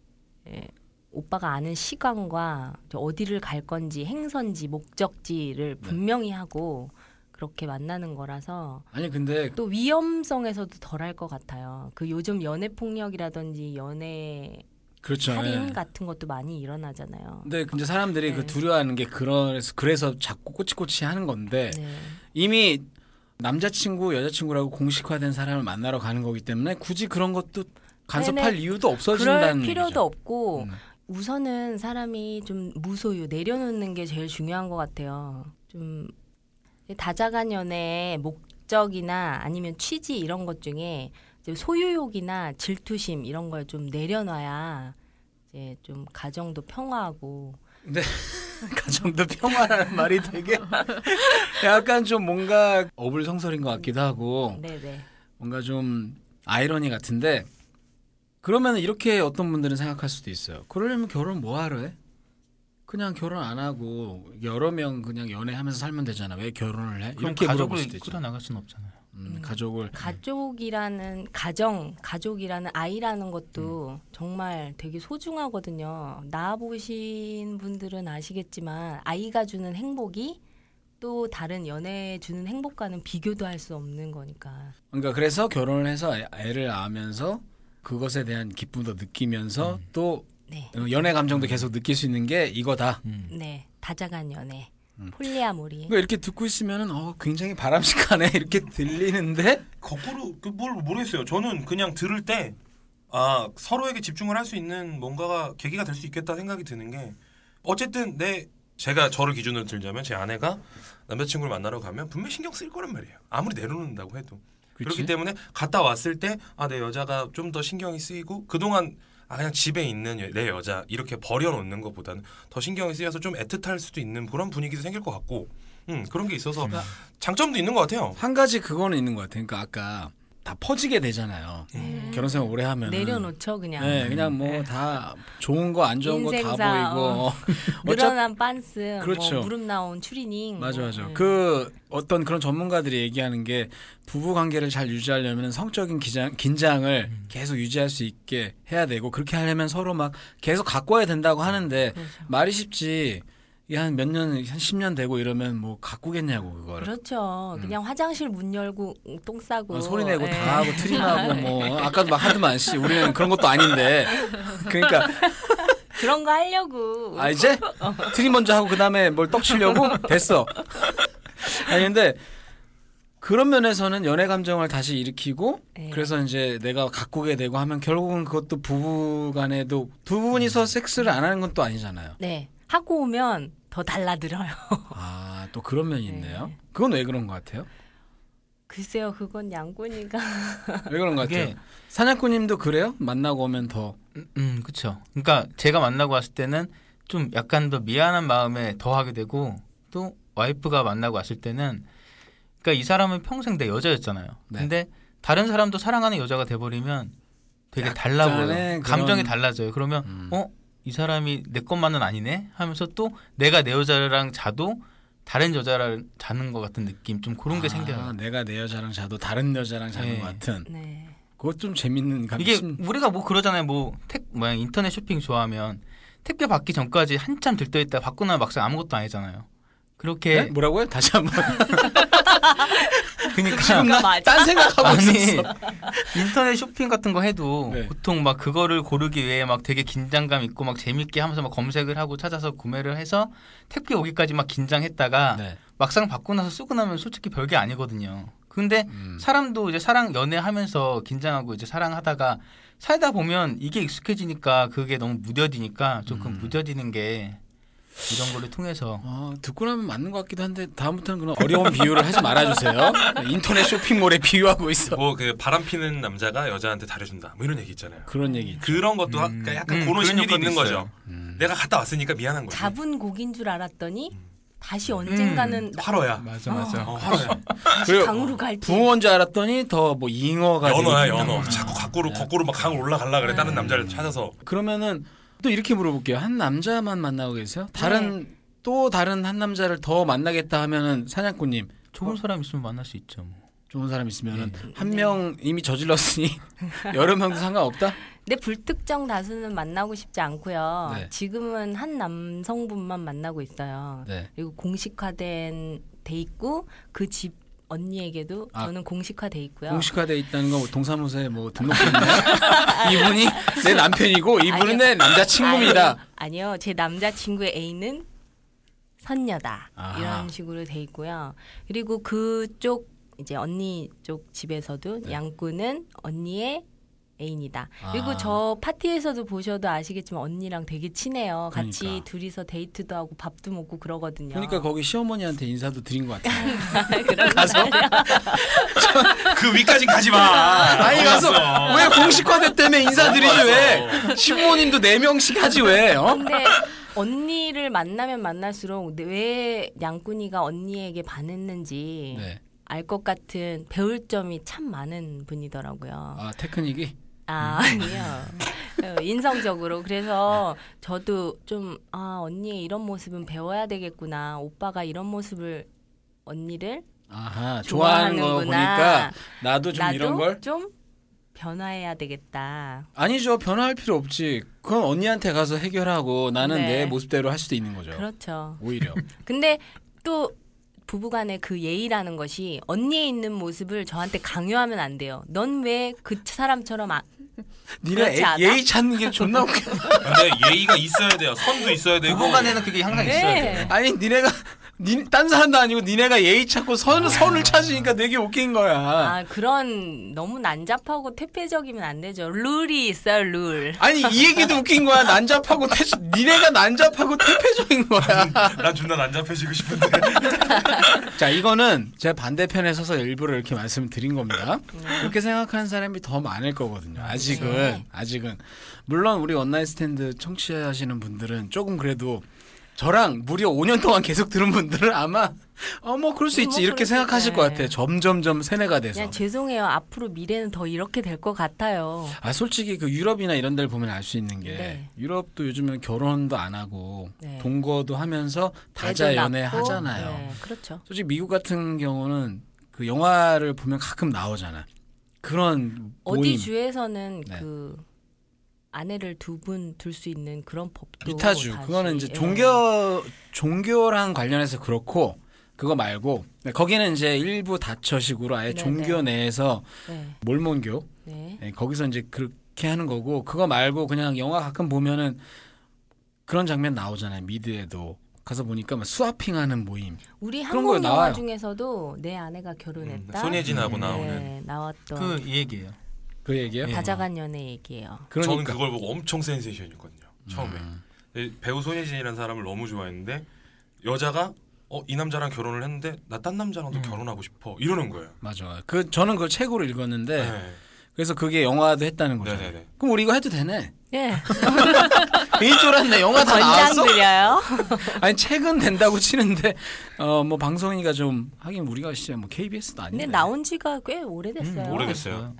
C: 예, 오빠가 아는 시간과 저 어디를 갈 건지 행선지
A: 네.
C: 목적지를 분명히 하고 그렇게 만나는 거라서
A: 아니 근데
C: 또 위험성에서도 덜할 것 같아요. 그 요즘 연애 폭력이라든지 연애
A: 그렇죠.
C: 살인
A: 예.
C: 같은 것도 많이 일어나잖아요.
A: 근데 이제 사람들이
C: 네.
A: 그 두려워하는 게 그래서 그래서 자꾸 꼬치꼬치 하는 건데
C: 네.
A: 이미 남자친구 여자친구라고 공식화된 사람을 만나러 가는 거기 때문에 굳이 그런 것도 간섭할
C: 네네.
A: 이유도
C: 그럴
A: 없어진다는
C: 필요도
A: 얘기죠.
C: 없고
A: 음.
C: 우선은 사람이 좀 무소유 내려놓는 게 제일 중요한 것 같아요. 좀 다자간 연애의 목적이나 아니면 취지 이런 것 중에 이제 소유욕이나 질투심 이런 걸 좀 내려놔야 이제 좀 가정도 평화하고
A: 가정도 평화라는 말이 되게 약간 좀 뭔가 어불성설인 것 같기도 하고
C: 네네
A: 뭔가 좀 아이러니 같은데 그러면 이렇게 어떤 분들은 생각할 수도 있어요. 그러려면 결혼 뭐 하러 해? 그냥 결혼 안 하고 여러 명 그냥 연애하면서 살면 되잖아. 왜 결혼을 해?
D: 그럼
A: 이렇게 물어볼 수도
D: 가족을
A: 있죠.
D: 끌어 나갈 수는 없잖아요.
A: 음, 가족을
C: 가족이라는 가정 가족이라는 아이라는 것도
A: 음.
C: 정말 되게 소중하거든요. 낳아보신 분들은 아시겠지만 아이가 주는 행복이 또 다른 연애에 주는 행복과는 비교도 할 수 없는 거니까.
A: 그러니까 그래서 결혼을 해서 애- 애를 낳으면서 그것에 대한 기쁨도 느끼면서
D: 음.
A: 또
C: 네,
A: 어, 연애 감정도 계속 느낄 수 있는 게 이거다.
C: 네 다자간 연애,
A: 음.
C: 폴리아모리.
A: 그러니까 이렇게 듣고 있으면은 어, 굉장히 바람직하네 이렇게 들리는데
B: 거꾸로 그 뭘 모르겠어요. 저는 그냥 들을 때. 아 서로에게 집중을 할 수 있는 뭔가가 계기가 될 수 있겠다 생각이 드는 게 어쨌든 내 제가 저를 기준으로 들자면 제 아내가 남자친구를 만나러 가면 분명 히 신경 쓸 거란 말이에요 아무리 내려놓는다고 해도 그렇기 때문에 갔다 왔을 때 아 내 여자가 좀 더 신경이 쓰이고 그동안 아 그냥 집에 있는 여- 내 여자 이렇게 버려놓는 것보다는 더 신경이 쓰여서 좀 애틋할 수도 있는 그런 분위기도 생길 것 같고 음 그런 게 있어서 장점도 있는 것 같아요
A: 한 가지 그거는 있는 것 같아요. 그러니까 아까 다 퍼지게 되잖아요. 결혼생활 오래 하면
C: 네. 내려놓죠 그냥.
A: 네, 그냥 뭐 다 좋은 거 안 좋은 거 다
C: 인생사,
A: 보이고
C: 어.
A: 어차
C: 늘어난 빤스,
A: 그렇죠.
C: 뭐 무릎 나온 추리닝.
A: 맞아
C: 뭐,
A: 맞아
C: 음.
A: 그 어떤 그런 전문가들이 얘기하는 게 부부 관계를 잘 유지하려면 성적인 기장, 긴장을
C: 음.
A: 계속 유지할 수 있게 해야 되고 그렇게 하려면 서로 막 계속 가꿔야 된다고 하는데
C: 그렇죠.
A: 말이 쉽지 한 몇 년 한 10년 되고 이러면 뭐 가꾸겠냐고 그거를
C: 그렇죠. 그냥 화장실 문 열고 똥 싸고
A: 음. 어, 소리 내고
C: 예.
A: 다 하고 트림하고 뭐 아까도 막 하더만 씨 우리는 그런 것도 아닌데 그러니까
C: 그런 거 하려고.
A: 아 이제 트림 먼저 하고 그다음에 뭘 떡치려고 됐어. 아니 근데 그런 면에서는 연애 감정을 다시 일으키고
C: 네.
A: 그래서 이제 내가 가꾸게 되고 하면 결국은 그것도 부부 간에도 두 분이서 섹스를 안 하는 건 또 아니잖아요.
C: 네. 하고 오면 더 달라들어요.
A: 아 또 그런 면이 있네요.
C: 네.
A: 그건 왜 그런 것 같아요?
C: 글쎄요, 그건 양곤이가.
A: 왜 그런 것
D: 그게-
A: 같아요? 사냥꾼님도 그래요? 만나고 오면 더
D: 음, 그렇죠. 그러니까 제가 만나고 왔을 때는 좀 약간 더 미안한 마음에 더 하게 되고 또 와이프가 만나고 왔을 때는 그러니까 이 사람은 평생 내 여자였잖아요.
A: 네.
D: 근데 다른 사람도 사랑하는 여자가 돼 버리면 되게 달라 보여요.
A: 약간의 그런-
D: 감정이 달라져요. 그러면
A: 음.
D: 어, 이 사람이 내 것만은 아니네 하면서 또 내가 내 여자랑 자도 다른 여자랑 자는 것 같은 느낌 좀 그런 게
A: 아,
D: 생겨요.
A: 내가 내 여자랑 자도 다른 여자랑 자는
D: 네.
A: 것 같은
C: 네.
A: 그것 좀 재밌는 감정.
D: 이게 우리가 뭐 그러잖아요. 뭐택 뭐야 인터넷 쇼핑 좋아하면 택배 받기 전까지 한참 들떠 있다 받고 나면 막상 아무것도 아니잖아요. 그렇게
A: 네? 뭐라고요? 다시 한번.
D: 그러니까
C: 맞아.
A: 딴 생각하고
D: 아니
A: 있었어.
D: 인터넷 쇼핑 같은 거 해도
A: 네.
D: 보통 막 그거를 고르기 위해 막 되게 긴장감 있고 막 재밌게 하면서 막 검색을 하고 찾아서 구매를 해서 택배 오기까지 막 긴장했다가
A: 네.
D: 막상 받고 나서 쓰고 나면 솔직히 별게 아니거든요. 근데
A: 음.
D: 사람도 이제 사랑 연애하면서 긴장하고 이제 사랑하다가 살다 보면 이게 익숙해지니까 그게 너무 무뎌지니까
A: 음.
D: 조금 무뎌지는 게 이런 거를 통해서
A: 어, 듣고 나면 맞는 것 같기도 한데 다음부터는 그런 어려운 비유를 하지 말아주세요. 네, 인터넷 쇼핑몰에 비유하고 있어.
B: 뭐 그 바람 피는 남자가 여자한테 잘해준다 뭐 이런 얘기 있잖아요
A: 그런 얘기.
B: 그런 것도 하- 그러니까 약간
D: 음,
B: 그런
D: 그런
B: 심리도
D: 효과도
B: 있는 거죠
D: 있어요.
B: 내가 갔다 왔으니까 미안한 거지
C: 잡은 곡인 줄 알았더니 다시
B: 음.
C: 언젠가는 나-
B: 화로야
D: 맞아
C: 맞아.
B: 어, 화로야
C: 강으로 갈지.
A: 붕어인 줄 알았더니 더 뭐 잉어가
B: 연어야
A: 되고
B: 연어
A: 있나.
B: 자꾸 거꾸로 거꾸로 막 강으로 올라갈라 그래 다른 남자를 찾아서
A: 그러면은 또 이렇게 물어볼게요. 한 남자만 만나고 계세요? 다른
D: 네.
A: 또 다른 한 남자를 더 만나겠다 하면은 사냥꾼님
D: 좋은 사람 있으면 만날 수 있죠. 뭐.
A: 좋은 사람 있으면은 한 명 이미 저질렀으니 여러 명도 상관없다.
C: 근데 불특정 다수는 만나고 싶지 않고요.
A: 네.
C: 지금은 한 남성분만 만나고 있어요.
A: 네.
C: 그리고 공식화된 돼 있고 그 집 언니에게도
A: 아.
C: 저는 공식화돼 있고요.
A: 공식화돼 있다는 건 동사무소에 뭐 등록했네. 이분이 내 남편이고 이분은
C: 아니요.
A: 내 남자친구입니다.
C: 아니요, 아니요. 제 남자친구의 애인은 선녀다.
A: 아하.
C: 이런 식으로 돼 있고요. 그리고 그쪽 이제 언니 쪽 집에서도
A: 네.
C: 양꾼은 언니의 애인이다.
A: 아.
C: 그리고 저 파티에서도 보셔도 아시겠지만 언니랑 되게 친해요. 같이
A: 그러니까.
C: 둘이서 데이트도 하고 밥도 먹고 그러거든요.
A: 그러니까 거기 시어머니한테 인사도 드린 것 같아요.
C: 그런 가서
B: 그 위까지 가지 마.
A: 아니 가서
B: 몰랐어.
A: 왜 공식화대 때문에 인사드리지 왜? 신부님도 네 명씩 하지 왜? 어?
C: 근데 언니를 만나면 만날수록 왜 양꾼이가 언니에게 반했는지
A: 네.
C: 알 것 같은 배울 점이 참 많은 분이더라고요.
A: 아 테크닉이
C: 아,
A: 음.
C: 아니요. 어, 인성적으로. 그래서 저도 좀, 아, 언니의 이런 모습은 배워야 되겠구나. 오빠가 이런 모습을, 언니를
A: 아하 좋아하는 거
C: 좋아하는구나.
A: 보니까 나도 좀
C: 나도
A: 이런 걸
C: 좀 변화해야 되겠다.
A: 아니죠 변화할 필요 없지. 그건 언니한테 가서 해결하고 나는
C: 네.
A: 내 모습대로 할 수도 있는 거죠.
C: 그렇죠.
A: 오히려
C: 근데 또 부부간의 그 예의라는 것이 언니에 있는 모습을 저한테 강요하면 안 돼요. 넌 왜 그 사람처럼 아,
A: 니네
C: 그렇지 않아?
A: 애- 예의 찾는 게 존나 웃겨.
B: 근데 예의가 있어야 돼요. 선도 있어야 되고.
D: 부부간에는 그게 항상 있어야 돼요.
A: 아니 네. 니네가 니, 딴 사람도 아니고 니네가 예의 찾고 선, 선을 찾으니까 되게 웃긴 거야.
C: 아 그런 너무 난잡하고 퇴폐적이면 안 되죠. 룰이 있어요, 룰.
A: 아니 이 얘기도 웃긴 거야. 난잡하고 태, 니네가 난잡하고 퇴폐적인 거야.
B: 나 존나 난잡해지고 싶은데.
A: 자, 이거는 제 반대편에 서서 일부러 이렇게 말씀드린 겁니다. 그렇게 생각하는 사람이 더 많을 거거든요.
C: 그렇죠.
A: 아직은 아직은 물론 우리 원나잇 스탠드 청취하시는 분들은 조금 그래도 저랑 무려 5년 동안 계속 들은 분들은 아마 어 뭐 그럴 수 있지
C: 뭐
A: 이렇게
C: 그럴 수
A: 생각하실
C: 있지.
A: 것 같아요. 점점점 세뇌가 돼서.
C: 그냥 죄송해요. 앞으로 미래는 더 이렇게 될 것 같아요.
A: 아 솔직히 그 유럽이나 이런 데를 보면 알 수 있는 게
C: 네.
A: 유럽도 요즘은 결혼도 안 하고
C: 네.
A: 동거도 하면서
C: 애도
A: 다자 연애
C: 낳고,
A: 하잖아요.
C: 네, 그렇죠.
A: 솔직히 미국 같은 경우는 그 영화를 보면 가끔 나오잖아. 그런
C: 어디
A: 모임
C: 주에서는
A: 네.
C: 그 아내를 두 분 둘 수 있는 그런 법도
A: 이타주
C: 다시,
A: 그거는 이제
C: 예.
A: 종교 종교랑 관련해서 그렇고 그거 말고 네, 거기는 이제 일부 다처식으로 아예
C: 네,
A: 종교 내에서
C: 네.
A: 몰몬교
C: 네.
A: 네, 거기서 이제 그렇게 하는 거고 그거 말고 그냥 영화 가끔 보면은 그런 장면 나오잖아요 미드에도 가서 보니까 막 스와핑하는 모임
C: 우리
A: 그런 거에
C: 한국 영화
A: 나와요.
C: 중에서도 내 아내가 결혼했다.
B: 손예진하고
D: 음,
B: 나오는.
C: 네, 나왔던
D: 그 이 얘기예요.
A: 그 얘기예요.
D: 예.
C: 다자간 연애 얘기예요.
A: 그러니까
B: 저는 그걸 보고 엄청 센세이션이었거든요. 처음에 근데 배우 손예진이라는 사람을 너무 좋아했는데 여자가 어 이 남자랑 결혼을 했는데 나 딴 남자랑도 결혼하고 싶어 이러는 거예요.
A: 맞아. 그 저는 그걸 책으로 읽었는데
B: 네.
A: 그래서 그게 영화도 했다는 거죠.
B: 네네네.
A: 그럼 우리 이거 해도 되네.
C: 예.
A: 일조란네 영화 다 나왔어.
C: 권장 드려요.
A: 아니 책은 된다고 치는데 어 뭐 방송이가 좀 하긴 우리가 진짜 뭐 KBS도
C: 근데
A: 아닌데.
C: 나온 지가 꽤
D: 음,
C: 오래됐어요.
B: 오래됐어요.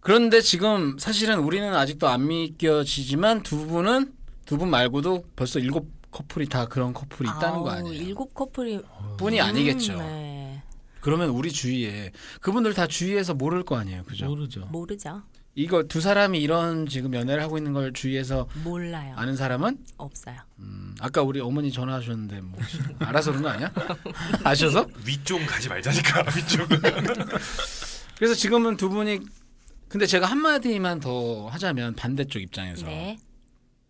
A: 그런데 지금 사실은 우리는 아직도 안 믿겨지지만 두 분은 두 분 말고도 벌써 일곱 커플이 다 그런 커플이 있다는 거
C: 아우,
A: 아니에요?
C: 일곱 커플이
A: 뿐이 아니겠죠.
C: 음, 네.
A: 그러면 우리 주위에 그분들 다 주위에서 모를 거 아니에요, 그죠?
D: 모르죠.
C: 모르죠.
A: 이거 두 사람이 이런 지금 연애를 하고 있는 걸 주위에서
C: 몰라요.
A: 아는 사람은
C: 없어요.
A: 음, 아까 우리 어머니 전화하셨는데 뭐 혹시 알아서 그런 거 아니야? 아셔서?
B: 위쪽 가지 말자니까 위쪽.
A: 그래서 지금은 두 분이 근데 제가 한마디만 더 하자면 반대쪽 입장에서
C: 네.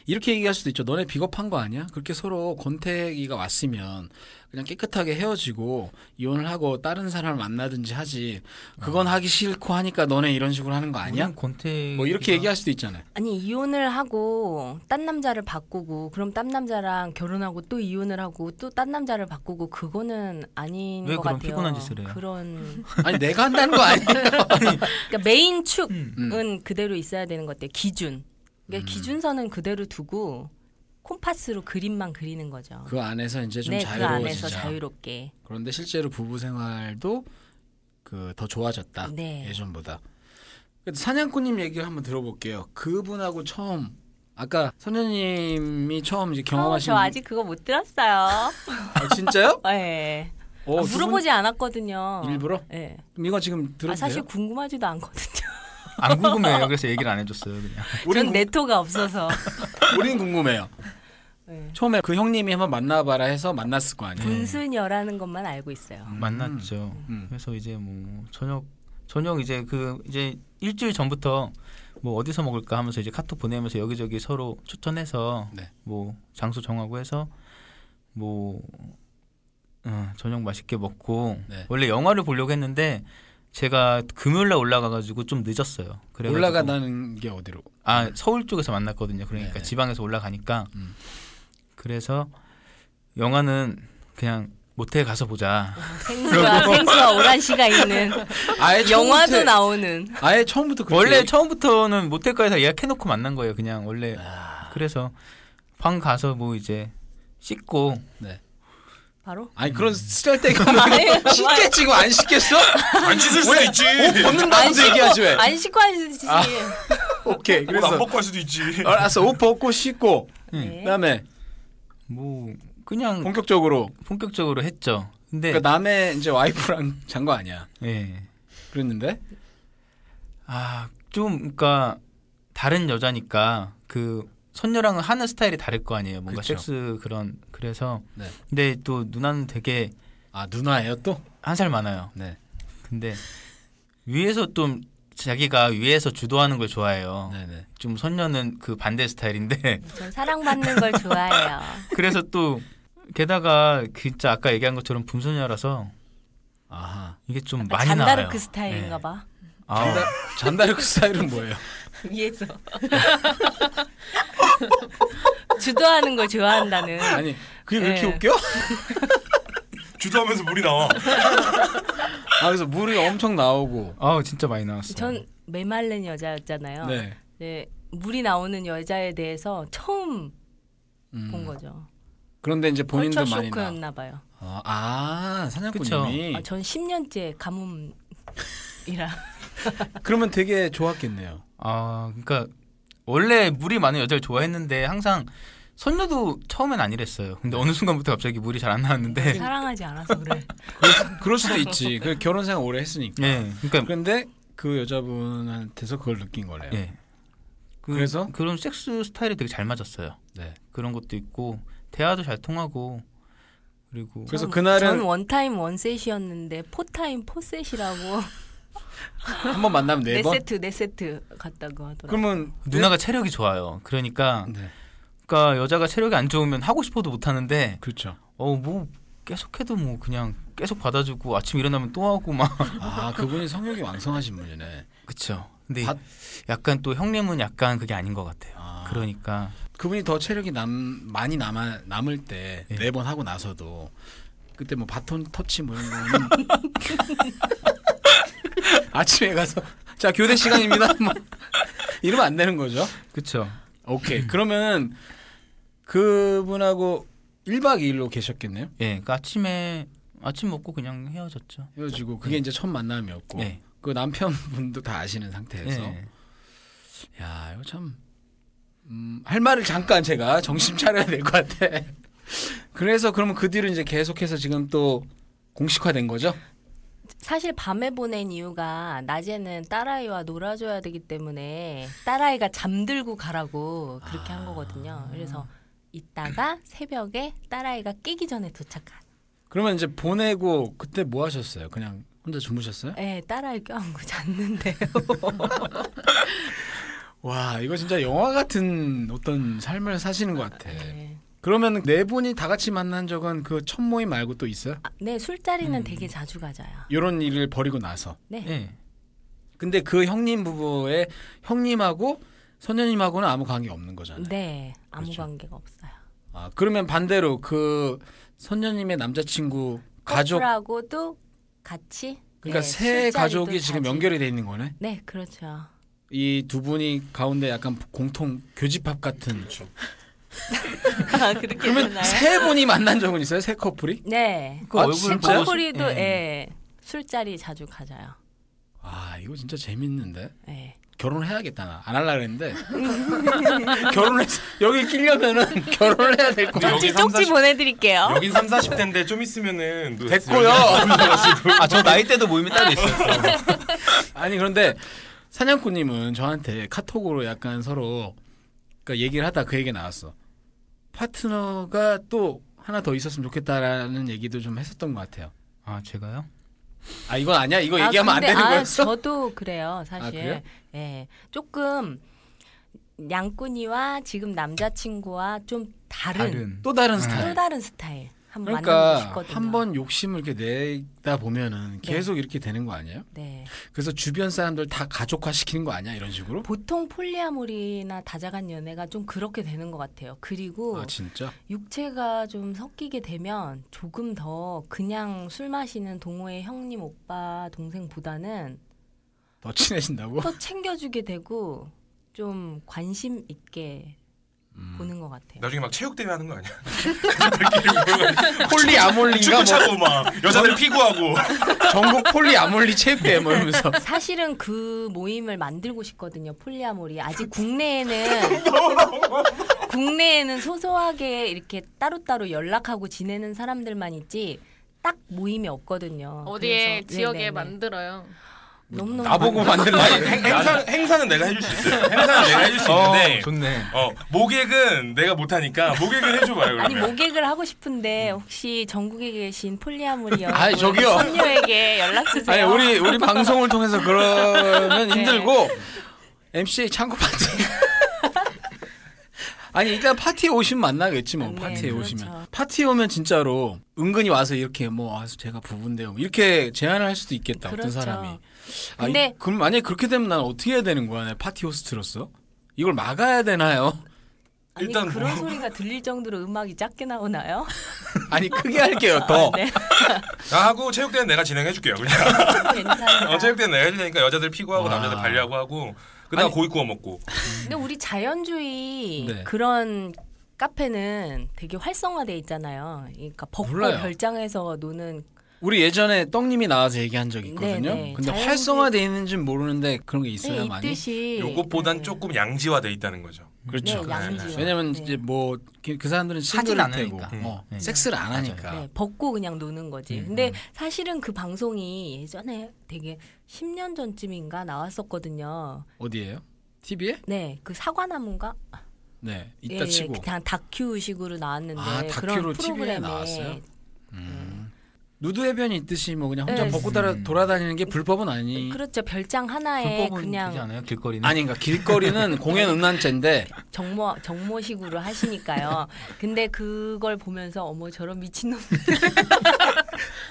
A: 이렇게 얘기할 수도 있죠. 너네 비겁한 거 아니야? 그렇게 서로 권태기가 왔으면 그냥 깨끗하게 헤어지고 이혼을 하고 다른 사람을 만나든지 하지. 그건
D: 아.
A: 하기 싫고 하니까 너네 이런 식으로 하는 거 아니야?
D: 우리는 권태
A: 뭐 이렇게 얘기할 수도 있잖아요.
C: 아니 이혼을 하고 딴 남자를 바꾸고 그럼 딴 남자랑 결혼하고 또 이혼을 하고 또 딴 남자를 바꾸고 그거는 아닌
D: 왜
C: 것
D: 그런
C: 같아요.
D: 피곤한 짓을 해요?
C: 그런
A: 아니 내가 한다는 거 아니야?
C: 그러니까 메인 축은
A: 음.
C: 그대로 있어야 되는 것 같아요. 기준. 그러니까 기준선은 그대로 두고 콤파스로 그림만 그리는 거죠.
A: 그 안에서 이제 좀
C: 네, 그
A: 자유로워지자.
C: 안에서 자유롭게.
A: 그런데 실제로 부부 생활도 그 더 좋아졌다.
C: 네.
A: 예전보다. 그래도 사냥꾼님 얘기를 한번 들어볼게요. 그분하고 처음 아까 선녀님이 처음 이제
C: 어,
A: 경험하신
C: 저 아직 그거 못 들었어요.
A: 아, 진짜요?
C: 네.
A: 어,
C: 아,
A: 두
C: 물어보지 않았거든요.
A: 분 일부러?
C: 네.
A: 그럼 이거 지금 들어도
C: 아, 사실
A: 돼요?
C: 궁금하지도 않거든요.
D: 안 궁금해요. 그래서 얘기를 안 해줬어요. 그냥
A: 우린,
C: 전 네토가 없어서.
A: 궁- 우린 궁금해요.
C: 네.
A: 처음에 그 형님이 한번 만나봐라 해서 만났을 거 아니에요.
C: 분수녀라는 것만 알고 있어요.
D: 만났죠.
A: 음.
D: 그래서 이제 뭐 저녁 저녁 이제 그 이제 일주일 전부터 뭐 어디서 먹을까 하면서 이제 카톡 보내면서 여기저기 서로 추천해서
A: 네.
D: 뭐 장소 정하고 해서 뭐 어, 저녁 맛있게 먹고
A: 네.
D: 원래 영화를 보려고 했는데 제가 금요일 날 올라가가지고 좀 늦었어요. 그래
A: 올라가는 게 어디로?
D: 아 서울 쪽에서 만났거든요. 그러니까
A: 네네.
D: 지방에서 올라가니까
A: 음.
D: 그래서 영화는 그냥 모텔 가서 보자.
C: 생수와 생수와 오란 씨가 있는
A: 아예 네, 처음부터-
C: 영화도 나오는
A: 아예 처음부터 그렇게
D: 원래 처음부터는 모텔가에서 예약해놓고 만난 거예요. 그냥 원래
A: 아.
D: 그래서 방 가서 뭐 이제 씻고
C: 바로
A: 네. 아니 그런 쓰잘데기가 없는 거 씻겠지 고안 씻겠어?
B: 안 씻을 수도 있지.
A: 옷 벗는다고 얘기하지 왜?
C: 안 씻고 하시지.
A: 아. 오케이
B: 옷 안
A: 그래서
B: 벗고 할 수도 있지.
A: 알았어 옷 벗고 씻고
C: 네.
A: 그다음에
D: 뭐 그냥
A: 본격적으로
D: 본격적으로 했죠. 근데
A: 어? 그러니까 남의 이제 와이프랑 잔 거 아니야?
D: 예.
A: 그랬는데
D: 아, 좀 그러니까 다른 여자니까 그 선녀랑은 하는 스타일이 다를 거 아니에요. 뭔가
A: 그쵸.
D: 섹스 그런 그래서
A: 네.
D: 근데 또 누나는 되게
A: 아 누나예요 또?
D: 한 살 많아요.
A: 네.
D: 근데 위에서 좀 자기가 위에서 주도하는 걸 좋아해요.
A: 네네.
D: 좀 선녀는 그 반대 스타일인데
C: 전 사랑받는 걸 좋아해요.
D: 그래서 또 게다가 그 진짜 아까 얘기한 것처럼 분소녀라서
A: 아하.
D: 이게 좀 많이 나와요. 네.
C: 잔다르크
A: 네.
C: 스타일인가 봐.
D: 아,
A: 잔다르크 스타일은 뭐예요?
C: 위에서 주도하는 걸 좋아한다는.
A: 아니 그게 왜 이렇게
C: 네.
A: 웃겨?
B: 주도하면서 물이 나와.
A: 아 그래서 물이 엄청 나오고.
D: 아 진짜 많이 나왔어요.
C: 전 메말른 여자였잖아요. 네.
A: 네.
C: 물이 나오는 여자에 대해서 처음
A: 음.
C: 본 거죠.
A: 그런데 이제 본인도
C: 컬처
A: 많이 나.
C: 쇼크였나 봐요.
A: 아, 아 사냥꾼님이.
C: 아, 전 10년째 가뭄이라
A: 그러면 되게 좋았겠네요.
D: 아, 그러니까 원래 물이 많은 여자를 좋아했는데 항상 선녀도 처음엔 아니랬어요. 근데 어느 순간부터 갑자기 물이 잘 안
A: 네.
D: 나왔는데,
C: 사랑하지 않아서 그래.
A: 그럴, 수- 그럴 수도 있지. 그 결혼 생활 오래 했으니까.
D: 예, 그러니까
A: 그런데 그 여자분한테서 그걸 느낀 거래요.
D: 예, 그,
A: 그래서?
D: 그런 섹스 스타일이 되게 잘 맞았어요.
A: 네.
D: 그런 것도 있고 대화도 잘 통하고 그리고
A: 그래서
C: 전-
A: 그날은-
C: 전 원타임 원셋이었는데 포타임 포셋이라고
A: 한 번 만나면 네
C: 네
A: 번.
C: 세트 네 세트 갔다고 하더라고요.
A: 그러면
D: 누나가 체력이 좋아요. 그러니까
A: 네.
D: 그러니까 여자가 체력이 안 좋으면 하고 싶어도 못 하는데
A: 그렇죠.
D: 어 뭐 계속해도 뭐 그냥 계속 받아주고 아침 일어나면 또 하고 막
A: 아 그분이 성욕이 왕성하신 분이네.
D: 그쵸. 근데
A: 받-
D: 약간 또 형님은 약간 그게 아닌 것 같아요.
A: 아.
D: 그러니까
A: 그분이 더 체력이 남 많이 남아 남을 때 네
D: 예.
A: 번 하고 나서도 그때 뭐 바톤 터치 뭐 이런 거는 아침에 가서 자 교대 시간입니다. 뭐 이러면 안 되는 거죠.
D: 그쵸.
A: 오케이. 그러면 그분하고 1박 2일로 계셨겠네요.
D: 예, 그러니까 아침에 아침 먹고 그냥 헤어졌죠.
A: 헤어지고 그게 이제 첫 만남이었고
D: 네.
A: 그 남편분도 다 아시는 상태에서
D: 예.
A: 야 이거 참. 음, 할 말을 잠깐 제가 정신 차려야 될 것 같아. 그래서 그러면 그 뒤로 이제 계속해서 지금 또 공식화된 거죠?
C: 사실 밤에 보낸 이유가 낮에는 딸아이와 놀아줘야 되기 때문에 딸아이가 잠들고 가라고 그렇게
A: 아.
C: 한 거거든요. 그래서 이따가 새벽에 딸아이가 깨기 전에 도착한.
A: 그러면 이제 보내고 그때 뭐 하셨어요? 그냥 혼자 주무셨어요?
C: 네, 딸아이 껴안고 잤는데요.
A: 와 이거 진짜 영화 같은 어떤 삶을 사시는 것 같아.
C: 네.
A: 그러면 네 분이 다 같이 만난 적은 그 첫 모임 말고 또 있어요?
C: 아, 네, 술자리는
A: 음.
C: 되게 자주 가져요.
A: 이런 일을 벌이고 나서.
C: 네.
D: 예.
A: 근데 그 형님 부부의 형님하고 선녀님하고는 아무 관계 없는 거잖아요.
C: 네, 아무
A: 그렇죠.
C: 관계가 없어요.
A: 아 그러면 반대로 그 선녀님의 남자친구 가족
C: 커플하고도 같이
A: 그러니까
C: 네,
A: 세
C: 술자리도
A: 가족이 지금
C: 자주.
A: 연결이 돼 있는 거네.
C: 네, 그렇죠.
A: 이 두 분이 가운데 약간 공통 교집합 같은.
B: 그렇죠.
C: 그렇게 되나요?
A: 세 분이 만난 적은 있어요? 세 커플이?
C: 네.
D: 그
A: 아,
D: 얼굴
A: 진짜요?
D: 보고 싶-
C: 커플이도
D: 예.
C: 예. 술자리 자주 가져요.
A: 아 이거 진짜 재밌는데.
C: 예.
A: 결혼을 해야겠다 나. 안 할라 그랬는데. 결혼을 해서 여기 끼려면은 결혼을 해야 될 거.
B: 근데
C: 쪽지
B: 여기 삼,
C: 쪽지
B: 사십-
C: 보내드릴게요.
B: 여긴 3, 40대인데 좀 있으면은
A: 됐고요.
D: 아, 저 나이 때도 모임이 따로 있어요.
A: 아니 그런데 사냥꾼님은 저한테 카톡으로 약간 서로 그러니까 얘기를 하다 그 얘기 나왔어. 파트너가 또 하나 더 있었으면 좋겠다라는 얘기도 좀 했었던 것 같아요.
D: 아, 제가요?
A: 아 이건 아니야. 이거 얘기하면
C: 근데
A: 안 되는
C: 아,
A: 거였어.
C: 저도 그래요, 사실.
A: 아, 그래요?
C: 예. 조금 양꾼이와 지금 남자친구와 좀 다른,
D: 다른.
A: 또 다른
C: 음.
D: 네.
A: 스타일.
C: 또 다른 스타일. 한번 만나보고
A: 그러니까
C: 싶거든요.
A: 한 번 욕심을 이렇게 내다 보면은 계속 이렇게 되는 거 아니에요?
C: 네.
A: 그래서 주변 사람들 다 가족화 시키는 거 아니야 이런 식으로?
C: 보통 폴리아모리나 다자간 연애가 좀 그렇게 되는 것 같아요. 그리고
A: 아 진짜?
C: 육체가 좀 섞이게 되면 조금 더 그냥 술 마시는 동호회 형님 오빠 동생보다는
A: 더 친해진다고?
C: 더 챙겨주게 되고 좀 관심 있게
A: 음.
C: 보는 것 같아요.
B: 나중에 막 체육대회 하는 거 아니야?
A: 폴리 아몰리인가
B: 축구
A: 뭐
B: 차고 막 여자들 피구하고
A: 전국 폴리 아몰리 체육대회 뭐 이러면서
C: 사실은 그 모임을 만들고 싶거든요. 폴리아모리 아직 국내에는 국내에는 소소하게 이렇게 따로따로 연락하고 지내는 사람들만 있지 딱 모임이 없거든요.
E: 어디에
C: 그래서-
E: 지역에
C: 네네네.
E: 만들어요.
C: 너무너무
A: 나보고 만들라 이래.
B: 행, 행사, 행사는 내가 해줄 수 있어요. 행사는 내가 해줄 수 있는데
D: 좋네.
B: 어, 모객은 내가 못하니까 모객을 해줘봐요.
C: 아니 뭐-
B: 그러면.
C: 목액을 하고 싶은데 혹시 전국에 계신 폴리아모리 여러분
A: 아니, 저기요.
C: 선녀에게 연락
A: 아니
C: 주세요.
A: 우리 우리 방송을 통해서 그러면
C: 네.
A: 힘들고 MC 창고 파티. 아니 일단 파티에 오시면 만나겠지 뭐
C: 네,
A: 파티에
C: 그렇죠.
A: 오시면 파티에 오면 진짜로 은근히 와서 이렇게 뭐 아, 제가 부부인데요 뭐 이렇게 제안을 할 수도 있겠다
C: 그렇죠.
A: 어떤 사람이 아,
C: 근데-
A: 이- 그럼 만약에 그렇게 되면 난 어떻게 해야 되는 거야 내 파티 호스트로서 이걸 막아야 되나요
C: 아니,
B: 일단
C: 그런
B: 뭐.
C: 소리가 들릴 정도로 음악이 작게 나오나요?
A: 아니 크게 할게요 더
C: 네.
B: 나하고 체육대회는 내가 진행해줄게요. 그냥
C: 괜찮아요.
B: 어, 체육대회는 내가 해주니까 여자들 피구하고
A: 와.
B: 남자들 발리하고 하고 그다음
A: 아니-
B: 고기 구워 먹고
C: 근데 우리 자연주의
A: 네.
C: 그런 카페는 되게 활성화돼 있잖아요. 그러니까 벚꽃
A: 몰라요.
C: 별장에서 노는
A: 우리 예전에 떡님이 나와서 얘기한 적이 있거든요
C: 네, 네.
A: 근데
C: 자연스레-
A: 활성화돼 있는지는 모르는데 그런 게 있어요
C: 네,
A: 많이
C: 있듯이
B: 요것보단
C: 네.
B: 조금 양지화돼 있다는 거죠.
A: 그렇죠.
C: 네, 양지요.
A: 왜냐면
C: 네.
A: 이제 뭐 그 사람들은
D: 하진
A: 싱글일
D: 않으니까.
A: 테고,
B: 음.
A: 어,
D: 네.
A: 섹스를 안 하니까.
C: 네, 벗고 그냥 노는 거지.
D: 음,
C: 근데 사실은 그 방송이 예전에 되게 10년 전쯤인가 나왔었거든요.
A: 어디에요? TV에?
C: 네, 그 사과나무인가?
A: 네.
C: 예,
A: 이따
C: 예,
A: 치고.
C: 그냥 다큐식으로 나왔는데
A: 아,
C: 그런
A: 다큐로 TV에
C: 프로그램에 네.
A: 나왔어요? 음. 누드 해변이 있듯이 뭐 그냥 혼자
C: 네.
A: 벗고 따라 돌아다니는 게 불법은 아니.
C: 그렇죠. 별장 하나에
D: 불법은 되지
C: 그냥
D: 않아요? 길거리는?
A: 아닌가 길거리는 공연 음란죄인데
C: 정모 정모식으로 하시니까요. 근데 그걸 보면서 어머 저런 미친놈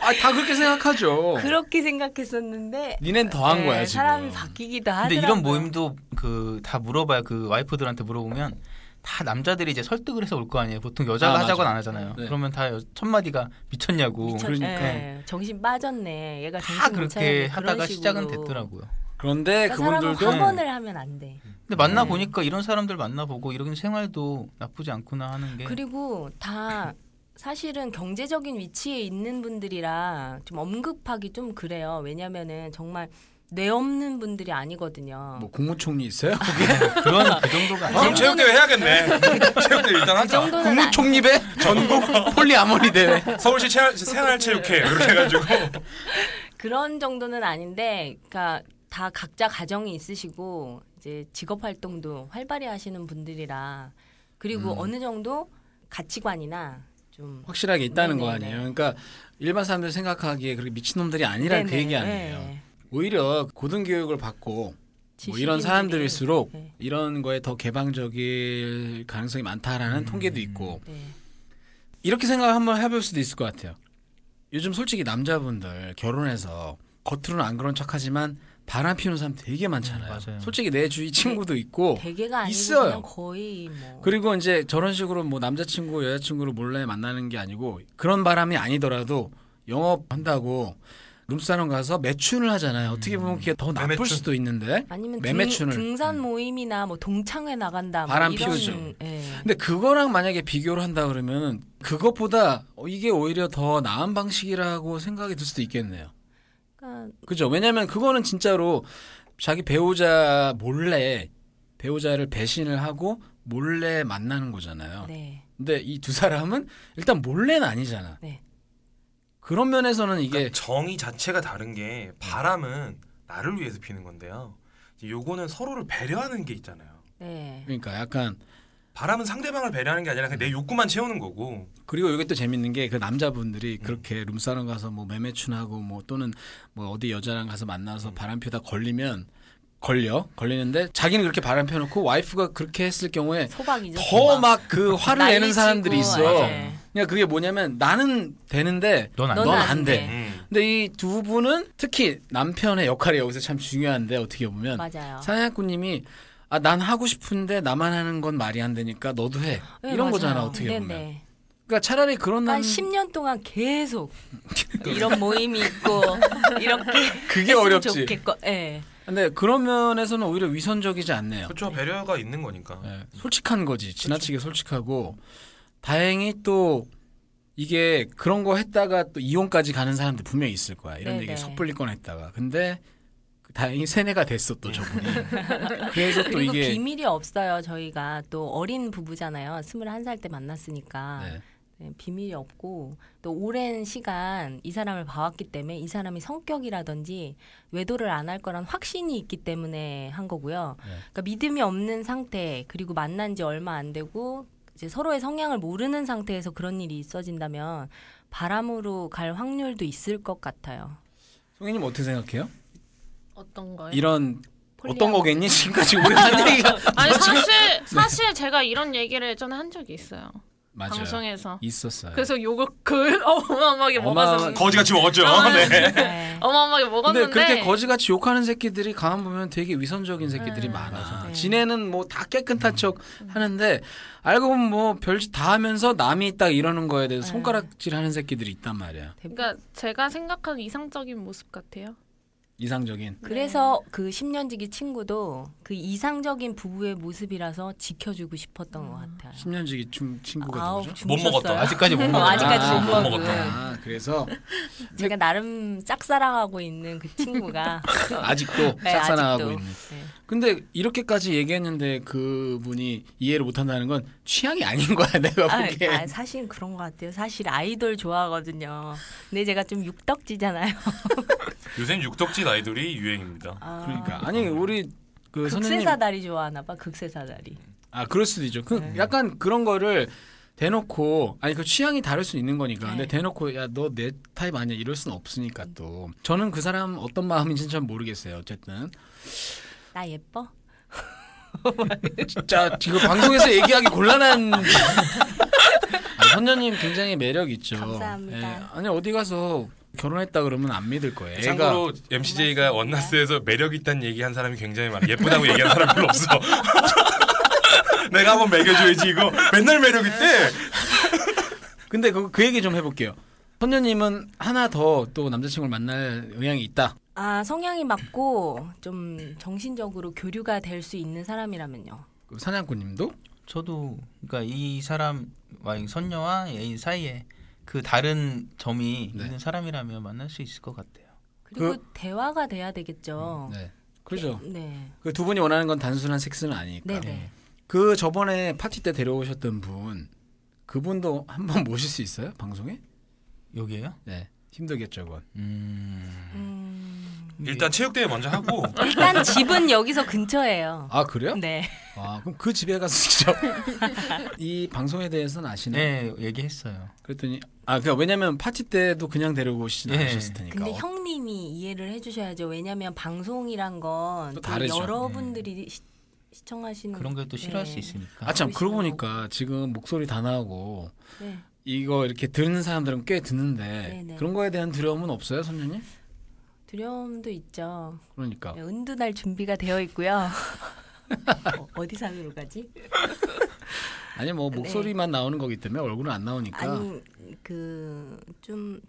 A: 아 다 그렇게
D: 어.
A: 생각하죠.
C: 그렇게 생각했었는데
A: 니넨 더한
C: 예,
A: 거야 지금.
C: 사람이 바뀌기도 하더라고요.
D: 근데 이런 모임도 그 다 물어봐요. 그 와이프들한테 물어보면 다 남자들이 이제 설득을 해서 올 거 아니에요. 보통 여자가
A: 아,
D: 하자고는
A: 맞아.
D: 안 하잖아요.
A: 네.
D: 그러면 다 여- 첫 마디가 미쳤냐고.
C: 미쳤,
A: 그러니까.
C: 예, 정신 빠졌네. 얘가 정신
D: 다
C: 못
D: 그렇게
C: 차리네. 그런
D: 하다가 시작은
C: 식으로.
D: 됐더라고요. 네,
A: 그런데
C: 그러니까 사람은
A: 그분들도
D: 확-
C: 확언을 하면 안 돼.
D: 근데 만나 보니까
A: 네.
D: 이런 사람들 만나 보고 이런 생활도 나쁘지 않구나 하는 게
C: 그리고 다 사실은 경제적인 위치에 있는 분들이라 좀 언급하기 좀 그래요. 왜냐면은 정말 뇌 없는 분들이 아니거든요.
A: 뭐 국무총리 있어요?
D: 그런 그 정도가
B: 아, 그럼
D: 아니라
B: 체육대회 해야겠네. 체육대회 일단
C: 그
B: 하자.
C: 정도는 아-
A: 국무총리배 전국 폴리아모리 대회.
B: 서울시 체활- 생활체육회 이렇게 해가지고
C: 그런 정도는 아닌데, 그러니까 다 각자 가정이 있으시고 이제 직업 활동도 활발히 하시는 분들이라
A: 음.
C: 그리고 어느 정도 가치관이나 좀
A: 확실하게 있다는
C: 네네네.
A: 거 아니에요. 그러니까 일반 사람들 생각하기에 그렇게 미친놈들이 아니라는 그
C: 네네,
A: 얘기 아니에요.
C: 네.
A: 오히려 고등교육을 받고 뭐 이런
C: 지식인들이-
A: 사람들일수록
C: 네.
A: 이런 거에 더 개방적일 가능성이 많다라는 통계도 있고
C: 네.
A: 이렇게 생각을 한번 해볼 수도 있을 것 같아요. 요즘 솔직히 남자분들 결혼해서 겉으로는 안 그런 척하지만 바람 피우는 사람 되게 많잖아요.
D: 음, 맞아요.
A: 솔직히 내 주위
C: 네.
A: 친구도 있고
C: 대개가 아니고
A: 뭐 있어요.
C: 그냥 거의 뭐
A: 그리고 이제 저런 식으로 뭐 남자친구 여자친구를 몰래 만나는 게 아니고 그런 바람이 아니더라도 영업한다고 룸사롱 가서 매춘을 하잖아요. 어떻게 보면 그게 더 나쁠
B: 매매춘.
A: 수도 있는데.
C: 아니면 등,
A: 매매춘을. 음.
C: 등산 모임이나 뭐 동창회 나간다 뭐
A: 바람
C: 이런,
A: 피우죠. 어.
C: 예.
A: 근데 그거랑 만약에 비교를 한다 그러면 그것보다 어, 이게 오히려 더 나은 방식이라고 생각이 들 수도 있겠네요.
C: 그러니까
A: 그죠? 왜냐면 그거는 진짜로 자기 배우자 몰래 배우자를 배신을 하고 몰래 만나는 거잖아요.
C: 네.
A: 근데 이 두 사람은 일단 몰래는 아니잖아.
C: 네.
A: 그런 면에서는 이게
B: 그러니까 정의 자체가 다른 게 바람은 나를 위해서 피는 건데요. 이제 요거는 서로를 배려하는 게 있잖아요.
C: 네.
A: 그러니까 약간
B: 바람은 상대방을 배려하는 게 아니라 그냥 내 욕구만 채우는 거고
A: 그리고 이게 또 재밌는 게 그 남자분들이
C: 음.
A: 그렇게 룸사롱
C: 음.
A: 가서 뭐 매매춘하고 뭐 또는 뭐 어디 여자랑 가서 만나서 바람 피다 걸리면 걸려 걸리는데 자기는 그렇게 바람 펴놓고 와이프가 그렇게 했을 경우에
C: 소박이죠.
A: 더 막 그 화를 내는
C: 난리치고,
A: 사람들이 있어.
C: 예.
A: 그러니까 그게 뭐냐면 나는 되는데
D: 넌 안
C: 넌
D: 돼.
A: 넌
C: 안
A: 안
C: 돼.
A: 돼.
B: 음.
A: 근데 이 두 분은 특히 남편의 역할이 여기서 참 중요한데 어떻게 보면
C: 맞아요.
A: 사냥꾼님이 아, 난 하고 싶은데 나만 하는 건 말이 안 되니까 너도 해
C: 네,
A: 이런
C: 맞아요.
A: 거잖아 어떻게 보면
C: 네네.
A: 그러니까 차라리 그런 남
C: 한 10년 동안 계속 이런 모임이 있고 이렇게
A: 그러니까 그게
C: 했으면
A: 어렵지
C: 좋겠고, 예.
A: 근데 그런 면에서는 오히려 위선적이지 않네요
B: 그렇죠 배려가 있는 거니까.
A: 예, 솔직한 거지 지나치게
C: 그렇죠.
A: 솔직하고 다행히 또 이게 그런 거 했다가 또 이혼까지 가는 사람들 분명히 있을 거야 이런
C: 네네.
A: 얘기 섣불리 꺼냈다가 근데 다행히 세뇌가 됐어 또 저분이 그래서 또
C: 그리고
A: 이게
C: 비밀이 없어요. 저희가 또 어린 부부잖아요. 21살 때 만났으니까.
A: 네.
C: 네, 비밀이 없고 또 오랜 시간 이 사람을 봐왔기 때문에 이 사람이 성격이라든지 외도를 안 할 거란 확신이 있기 때문에 한 거고요.
A: 네.
C: 그러니까 믿음이 없는 상태 그리고 만난 지 얼마 안 되고 이제 서로의 성향을 모르는 상태에서 그런 일이 있어진다면 바람으로 갈 확률도 있을 것 같아요.
A: 송이님 어떻게 생각해요?
E: 어떤 거요?
A: 이런 어떤
C: 폴리아모-
A: 거겠니? 지금까지 우리 한 얘기가
E: 아니 사실 사실 제가 이런 얘기를 예전에 한 적이 있어요.
A: 맞아요.
E: 방송에서.
A: 있었어요.
E: 그래서 요거 그 어마어마하게 먹어서
A: 어마어마-
B: 거지같이 먹었죠.
E: 아,
B: 네.
C: 네.
E: 어마어마하게
A: 근데
E: 먹었는데
A: 그렇게 거지같이 욕하는 새끼들이 가만 보면 되게 위선적인 새끼들이
E: 음.
A: 많아.
C: 네.
A: 지네는 뭐 다 깨끗한 척 하는데 알고 보면 뭐 별짓 다 하면서 남이 딱 이러는 거에 대해서
C: 네.
A: 손가락질 하는 새끼들이 있단 말이야.
E: 그러니까 제가 생각하는 이상적인 모습 같아요.
A: 이상적인.
C: 그래서
E: 네.
C: 그 10년 지기 친구도 그 이상적인 부부의 모습이라서 지켜주고 싶었던
E: 음.
C: 것 같아요.
A: 10년 지기 친- 친구가
C: 아우, 그
A: 누구죠?
B: 못
C: 주무셨어요?
B: 먹었다.
D: 아직까지 못
C: 어,
D: 먹었다.
C: 아직까지
A: 아,
C: 못 먹었다.
A: 아, 그래서
C: 제가 나름 짝사랑하고 있는 그 친구가
A: 아직도
C: 네,
A: 싹사나하고
C: 아직도.
A: 있는.
C: 네.
A: 근데 이렇게까지 얘기했는데 그분이 이해를 못한다는 건 취향이 아닌 거야 내가
C: 아,
A: 보기에.
C: 아, 사실 그런 것 같아요. 사실 아이돌 좋아하거든요. 근데 제가 좀 육덕지잖아요.
B: 요새 육덕진 아이돌이 유행입니다.
C: 아,
A: 그러니까 아니 우리 그 선생님
C: 극세사다리 좋아하나 봐. 극세사다리.
A: 아 그럴 수도 있죠. 그
C: 네.
A: 약간 그런 거를 대놓고 아니 그 취향이 다를 수 있는 거니까 근데
C: 네.
A: 대놓고 야 너 내 타입 아니야 이럴 수는 없으니까 또 저는 그 사람 어떤 마음인지는 잘 모르겠어요. 어쨌든
C: 나 예뻐?
A: 진짜 지금 방송에서 얘기하기 곤란한 아니, 선녀님 굉장히 매력 있죠.
C: 감사합니다.
A: 예. 아니 어디 가서 결혼했다 그러면 안 믿을 거예요. 애가
B: 참고로 MCJ가 원나스에서
A: 네.
B: 매력 있다는 얘기 한 사람이 굉장히 많아. 예쁘다고 얘기한 사람 별로 없어. 내가 한번 매겨줘야지 이거 맨날 매력 있대.
A: 근데 그, 그 얘기 좀 해볼게요. 선녀님은 하나 더 또 남자친구를 만날 의향이 있다.
C: 아 성향이 맞고 좀 정신적으로 교류가 될 수 있는 사람이라면요.
A: 그럼 사냥꾼님도
D: 저도 그러니까 이 사람 와이 선녀와 애인 사이에 그 다른 점이
A: 네.
D: 있는 사람이라면 만날 수 있을 것 같아요.
C: 그리고 대화가 돼야 되겠죠.
A: 네. 그죠.
C: 네.
A: 그 두 분이 원하는 건 단순한 섹스는 아니니까.
C: 네, 네.
A: 그 저번에 파티 때 데려오셨던 분 그분도 한번 모실 수 있어요? 방송에?
D: 여기에요?
A: 네. 힘들겠죠, 그건.
D: 음.
C: 음,
B: 일단 체육대회 먼저 하고
C: 일단 집은 여기서 근처예요.
A: 아, 그래요?
C: 네.
A: 아, 그럼 그 집에 가서 직접 이 방송에 대해서는 아시나요?
D: 네, 얘기했어요.
A: 그랬더니 아, 그러니까 왜냐면 파티 때도 그냥 데리고 오시진
D: 네.
A: 않으셨을 테니까.
C: 근데
A: 어,
C: 형님이 이해를 해주셔야죠. 왜냐하면 방송이란 건
A: 또
C: 또
A: 다르죠.
C: 여러분들이 시, 시청하시는
D: 그런 걸 또 싫어할
C: 네.
D: 수 있으니까.
A: 아, 참 그러고
C: 보시는
A: 보니까 지금 목소리 다 나오고
C: 네.
A: 이거 이렇게 듣는 사람들은 꽤 듣는데
C: 네, 네.
A: 그런 거에 대한 두려움은 없어요, 선녀님?
C: 두려움도 있죠.
A: 그러니까.
C: 네, 은둔 할 준비가 되어 있고요. 어, 어디 산으로 가지?
A: 아니 뭐 목소리만 나오는 거기 때문에 얼굴은 안 나오니까.
C: 네. 아니 그 좀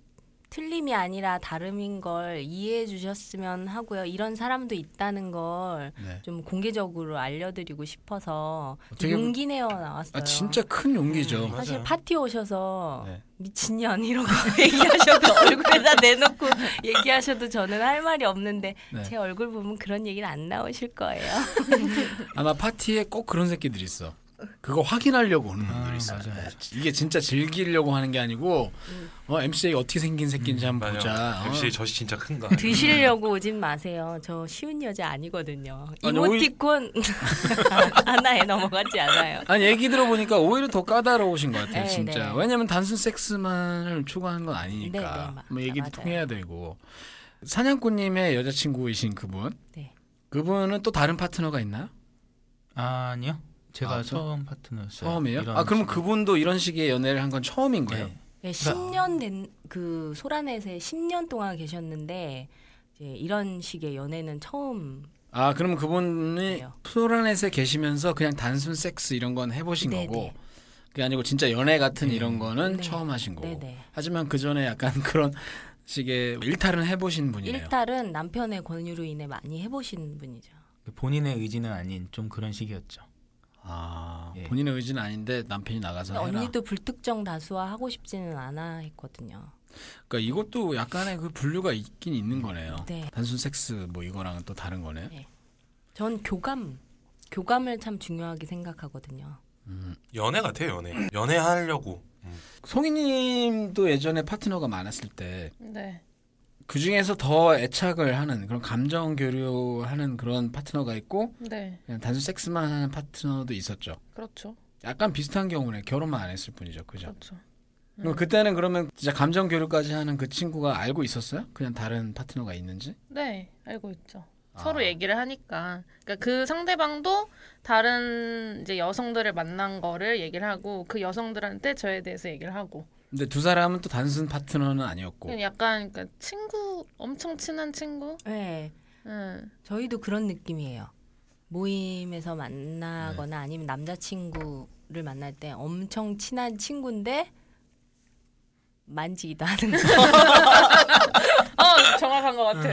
C: 틀림이 아니라 다름인 걸 이해해 주셨으면 하고요. 이런 사람도 있다는 걸 좀
A: 네.
C: 공개적으로 알려드리고 싶어서
A: 어떻게 보면-
C: 용기 내어 나왔어요.
A: 아 진짜 큰 용기죠.
B: 음.
C: 사실
B: 맞아요.
C: 파티 오셔서
A: 네.
C: 미친년 이러고 얘기하셔도 얼굴에다 내놓고 얘기하셔도 저는 할 말이 없는데
A: 네.
C: 제 얼굴 보면 그런 얘기는 안 나오실 거예요.
A: 아마 파티에 꼭 그런 새끼들이 있어. 그거 확인하려고 오는
D: 아,
A: 분들이 있어. 요 네.
D: 맞아요.
A: 이게 진짜 즐기려고 하는 게 아니고
C: 음.
A: 어, MCA 어떻게 생긴
D: 음,
A: 새끼인지 한번 보자.
B: 맞아.
A: 어.
B: MCJ 젖이 진짜 큰가.
C: 드시려고 오진 마세요. 저 쉬운 여자 아니거든요.
A: 아니, 오히-
C: 이모티콘 하나에 넘어가지 않아요.
A: 아니 얘기 들어보니까 오히려 더 까다로우신 것 같아요,
C: 네,
A: 진짜.
C: 네.
A: 왜냐면 단순 섹스만을 추구하는 건 아니니까.
C: 네, 네, 맞-
A: 뭐 얘기도
C: 맞아요.
A: 통해야 되고. 사냥꾼님의 여자친구이신 그분.
C: 네.
A: 그분은 또 다른 파트너가 있나요?
D: 아니요. 제가
A: 아, 저-
D: 처음 파트너였어요.
A: 처음이에요?
D: 이런
A: 아 그럼
D: 식으로.
A: 그분도 이런 식의 연애를 한 건 처음인 거예요?
D: 네.
C: 네, 10년 된 그 소란에서 10년 동안 계셨는데 이제 이런 식의 연애는 처음
A: 아 그럼 그분이
C: 네요.
A: 프로란에서 계시면서 그냥 단순 섹스 이런 건 해보신
C: 네,
A: 거고
C: 네.
A: 그게 아니고 진짜 연애 같은
D: 네.
A: 이런 거는
C: 네.
A: 처음 하신 거고
C: 네네.
A: 하지만 그 전에 약간 그런 식의 일탈은 해보신 분이네요.
C: 일탈은 남편의 권유로 인해 많이 해보신 분이죠.
A: 그-
D: 본인의 의지는 아닌 좀 그런 식이었죠.
A: 아
D: 예.
A: 본인의 의지는 아닌데 남편이 나가서 해라.
C: 언니도 불특정 다수화 하고 싶지는 않아 했거든요.
A: 그러니까 이것도 약간의 그 분류가 있긴
D: 음.
A: 있는 거네요.
C: 네.
A: 단순 섹스 뭐 이거랑은 또 다른 거네.
C: 전 교감, 교감을 참 중요하게 생각하거든요.
B: 연애 같아요 연애. 연애하려고. 음.
A: 송이님도 예전에 파트너가 많았을 때
E: 네.
A: 그 중에서 더 애착을 하는 그런 감정 교류하는 그런 파트너가 있고
E: 네.
A: 그냥 단순 섹스만 하는 파트너도 있었죠.
E: 그렇죠.
A: 약간 비슷한 경우는 결혼만 안 했을 뿐이죠, 그죠?
E: 그렇죠.
A: 그럼 그때는 그러면 진짜 감정 교류까지 하는 그 친구가 알고 있었어요? 그냥 다른 파트너가 있는지?
E: 네, 알고 있죠.
A: 아.
E: 서로 얘기를 하니까. 그러니까 그 상대방도 다른 이제 여성들을 만난 거를 얘기를 하고 그 여성들한테 저에 대해서 얘기를 하고.
A: 근데 두 사람은 또 단순 파트너는 아니었고
E: 그냥 약간 그러니까 친구 엄청 친한 친구.
C: 네,
E: 응.
C: 저희도 그런 느낌이에요. 모임에서
A: 네.
C: 만나거나 아니면 남자친구를 만날 때 엄청 친한 친구인데 만지기도 하는 거.
A: 아.
E: 어, 정확한 것 같아.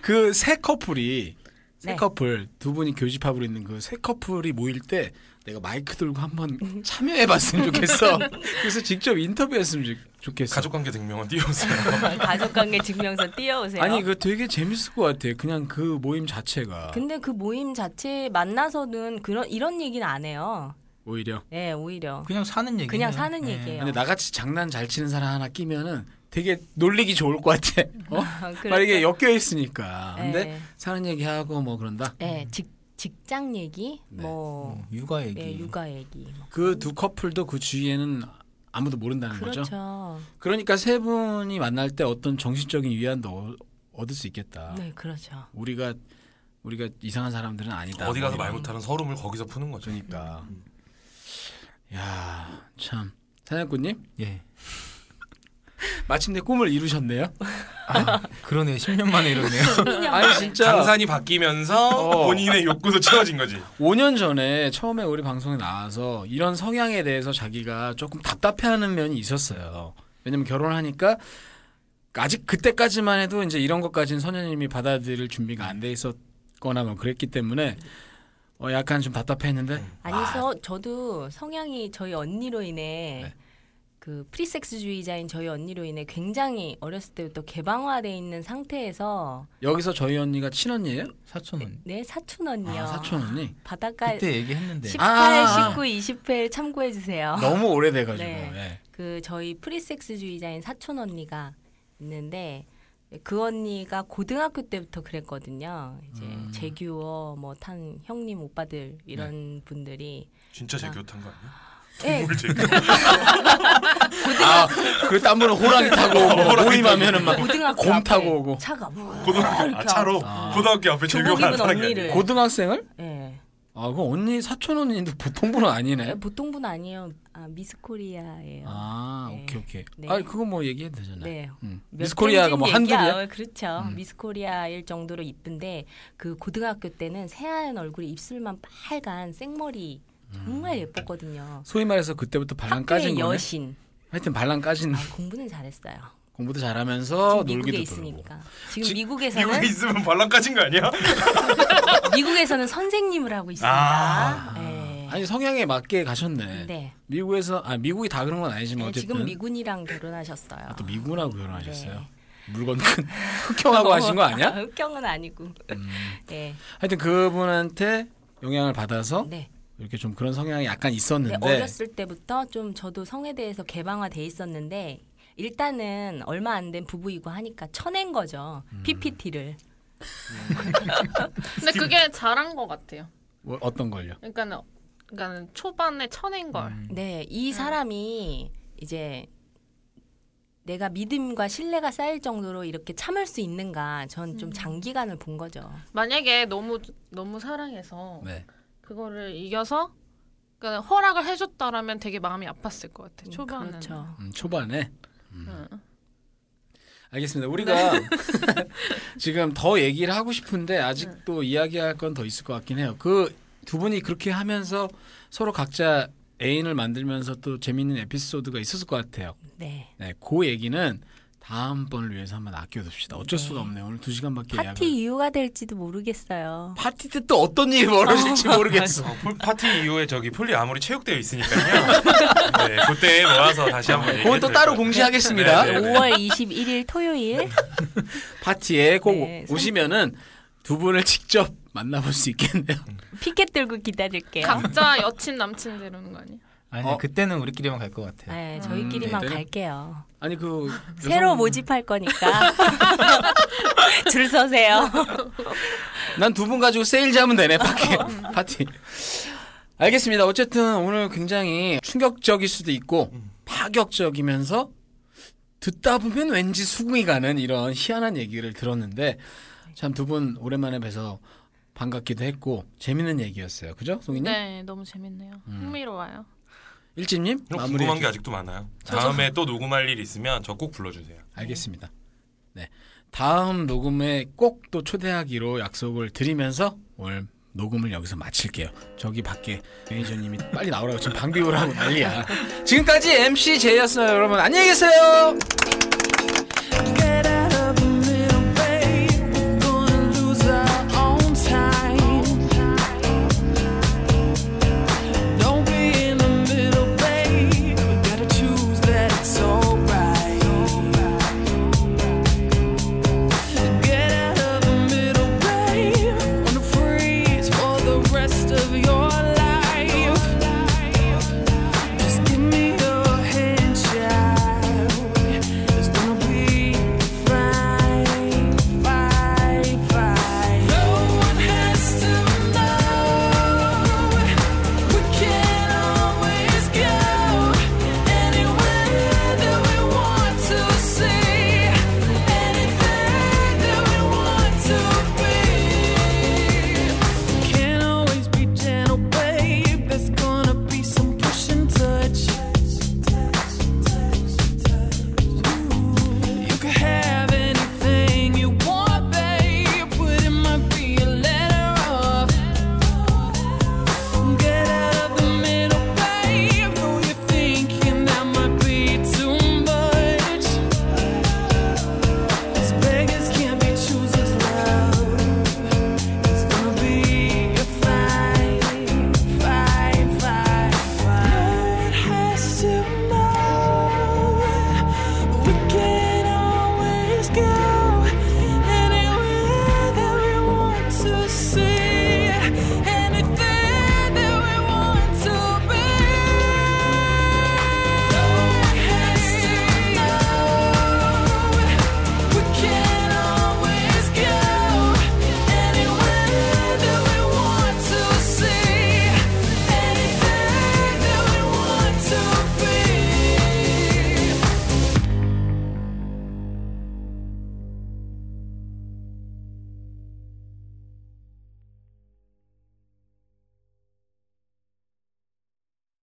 A: 그 세 커플이 세
C: 네.
A: 커플 두 분이 교집합으로 있는 그 세 커플이 모일 때 내가 마이크 들고 한번 참여해봤으면 좋겠어. 그래서 직접 인터뷰했으면 좋- 좋겠어.
B: 가족관계 증명은 띄우세요.
C: 가족관계 증명서 띄어오세요.
A: 아니 그 되게 재밌을 것 같아. 그냥 그 모임 자체가
C: 근데 그 모임 자체 만나서는 그런 이런 얘기는 안 해요.
A: 오히려.
C: 네, 오히려
D: 그냥 사는 얘기.
C: 그냥 사는
D: 네.
C: 얘기예요.
A: 근데 나같이 장난 잘 치는 사람 하나 끼면은 되게 놀리기 좋을 것 같아. 어?
C: 그래서-
A: 막 이게 엮여 있으니까. 근데
C: 네.
A: 사는 얘기하고 뭐 그런다.
C: 네, 직 직장 얘기,
A: 네. 음.
C: 뭐
D: 어, 육아 얘기.
C: 네, 육아 얘기. 뭐.
A: 그 두 커플도 그 주위에는 아무도 모른다는
C: 그렇죠.
A: 음, 거죠. 그러니까 세 분이 만날 때 어떤 정신적인 위안도 얻- 얻을 수 있겠다.
C: 네, 그렇죠.
A: 우리가 우리가 이상한 사람들은 아니다.
B: 어디 가서
A: 뭐
B: 말
A: 이런
B: 못하는 음. 서름을 거기서 푸는 거죠.
A: 거니까. 야, 참. 사냥꾼님
D: 예.
A: 마침내 꿈을 이루셨네요.
D: 아, 그러네. 10년 만에 이러네요.
A: 아니 진짜
B: 장산이 바뀌면서
A: 어.
B: 본인의 욕구도 채워진 거지.
A: 5년 전에 처음에 우리 방송에 나와서 이런 성향에 대해서 자기가 조금 답답해하는 면이 있었어요. 왜냐면 결혼하니까 아직 그때까지만 해도 이제 이런 것까지는 선녀님이 받아들일 준비가 안 돼 있었거나 뭐 그랬기 때문에 어 약간 좀 답답했는데
C: 아니서 저도 성향이 저희 언니로 인해
A: 네.
C: 그 프리섹스주의자인 저희 언니로 인해 굉장히 어렸을 때부터 개방화돼 있는 상태에서
A: 여기서 저희 언니가 친언니예요?
D: 사촌 언니.
C: 내 사촌 언니요.
A: 아, 사촌 언니.
C: 바닷가
D: 그때 얘기했는데.
C: 18,
A: 아, 아, 아.
C: 19, 20회 참고해 주세요.
A: 너무 오래돼가지고.
C: 네.
A: 예.
C: 그 저희 프리섹스주의자인 사촌 언니가 있는데 그 언니가 고등학교 때부터 그랬거든요. 이제
A: 음.
C: 재규어 뭐 탄 형님 오빠들 이런
A: 네.
C: 분들이
B: 진짜 재교탄 거 아니야?
C: 예,
B: 뭘 재교?
A: 아, 그리고 딴 분은 호랑이 타고 오고 뭐 모임하면은 막
C: 고등학교
A: 곰
C: 앞에
A: 타고 오고.
C: 차가 우와
B: 고등학교 아,
C: 이렇게
B: 차로
A: 아.
B: 고등학교 앞에
C: 교복
B: 재교가
C: 입은
B: 나타난 게
C: 언니를.
A: 네.
B: 아니야.
A: 고등학생을?
C: 예.
A: 아, 그 언니 사촌 언니인데 보통 분은 아니네.
C: 보통 분 아니에요. 아, 미스코리아예요.
A: 아,
C: 네.
A: 오케이 오케이.
C: 네.
A: 아, 그거 뭐 얘기해도 되잖아요.
C: 네.
A: 음.
C: 몇
A: 미스코리아가 뭐
C: 팬진
A: 한둘이야? 음.
C: 얘기야. 어, 그렇죠. 미스코리아일 정도로 이쁜데 그 고등학교 때는 새하얀 얼굴에 입술만 빨간 생머리 정말 예뻤거든요.
A: 소위 말해서 그때부터 반란 까진
C: 학교의
A: 음. 거네.
C: 여신.
A: 하여튼 반란 까진
C: 아, 공부는 잘했어요.
A: 공부도 잘하면서
C: 지금
A: 어, 놀기도
C: 미국에
A: 돌고.
C: 있으니까. 지금
B: 지-
C: 미국에서는
B: 미국에 있으면 발랑까진 거 아니야?
C: 미국에서는 선생님을 하고 있습니다.
B: 아.
C: 네.
A: 아니 성향에 맞게 가셨네.
C: 네.
A: 미국에서 아 미국이 다 그런 건 아니지만
C: 네,
A: 어쨌든
C: 지금 미군이랑 결혼하셨어요.
A: 아, 또 미군하고 결혼하셨어요. 물건 큰 흑형하고 하신 거 아니야? 음.
C: 흑경은 어, 아니고. 네.
A: 하여튼 그분한테 영향을 받아서
C: 네.
A: 이렇게 좀 그런 성향이 약간
C: 네,
A: 어? 있었는데
C: 어렸을 때부터 좀 저도 성에 대해서 개방화돼 있었는데 일단은 얼마 안 된 부부이고 하니까 쳐낸 거죠.
A: 음.
C: PPT를.
E: 근데 그게 잘한 것 같아요.
A: 뭐 어떤 걸요?
E: 그러니까 그러니까
A: 음.
E: 초반에 쳐낸 걸.
C: 네, 이 사람이 이제 내가 믿음과 신뢰가 쌓일 정도로 이렇게 참을 수 있는가 전
E: 음.
C: 좀 장기간을 본 거죠.
E: 만약에 너무 너무 사랑해서
A: 네.
E: 그거를 이겨서 그러니까 허락을 해줬다라면 되게 마음이 아팠을 것 같아. 초반에는.
C: 그렇죠.
A: 음, 초반에 음.
E: 응.
A: 알겠습니다. 우리가 지금 더 얘기를 하고 싶은데 아직도 이야기할 건 더 있을 것 같긴 해요. 그 두 분이 그렇게 하면서 서로 각자 애인을 만들면서 또 재밌는 에피소드가 있었을 것 같아요.
C: 네.
A: 네, 그 얘기는 다음번을 위해서 한번 아껴둡시다. 어쩔 수가 없네요. 오늘 두 시간밖에
C: 파티
A: 예약을.
C: 이유가 될지도 모르겠어요.
A: 파티 때 또 어떤 일이 벌어질지 모르겠어.
B: 어, 폴- 파티 이후에 저기 폴리 아무리 체육대회 있으니까요. 네, 그때 모아서 다시 한번.
A: 그건 또
B: 얘기해드릴
A: 따로
B: 거예요.
A: 공지하겠습니다.
B: 네, 네, 네.
C: 5월 21일 토요일
A: 파티에 꼭
C: 네, 성-
A: 오시면은 두 분을 직접 만나볼 수 있겠네요.
C: 피켓 들고 기다릴게요.
E: 각자 여친 남친 데려오는 거 아니야?
D: 아니
A: 어.
D: 그때는 우리끼리만 갈 것 같아요.
C: 네, 저희끼리만
A: 네.
C: 갈게요.
A: 아니 그
C: 새로
A: 여성-
C: 모집할 거니까 줄 서세요.
A: 난 두 분 가지고 세일 잡으면
C: 어.
A: 되네 파티
C: 음.
A: 파티. 알겠습니다. 어쨌든 오늘 굉장히 충격적일 수도 있고
B: 음.
A: 파격적이면서 듣다 보면 왠지 수긍이 가는 이런 희한한 얘기를 들었는데 참 두 분 오랜만에 뵈서 반갑기도 했고 재밌는 얘기였어요. 그죠, 송이님?
E: 네, 너무 재밌네요.
A: 음.
E: 흥미로워요.
A: 일진님
B: 좀
A: 마무리.
B: 궁금한 게 아직도 많아요. 다음에 또 녹음할 일 있으면 저 꼭 불러주세요.
A: 알겠습니다. 네. 다음 녹음에 꼭 또 초대하기로 약속을 드리면서 오늘 녹음을 여기서 마칠게요. 저기 밖에 매니저님이 빨리 나오라고 지금 방비 오라고 난리야. 지금까지 MC 제이였어요, 여러분. 안녕히 계세요.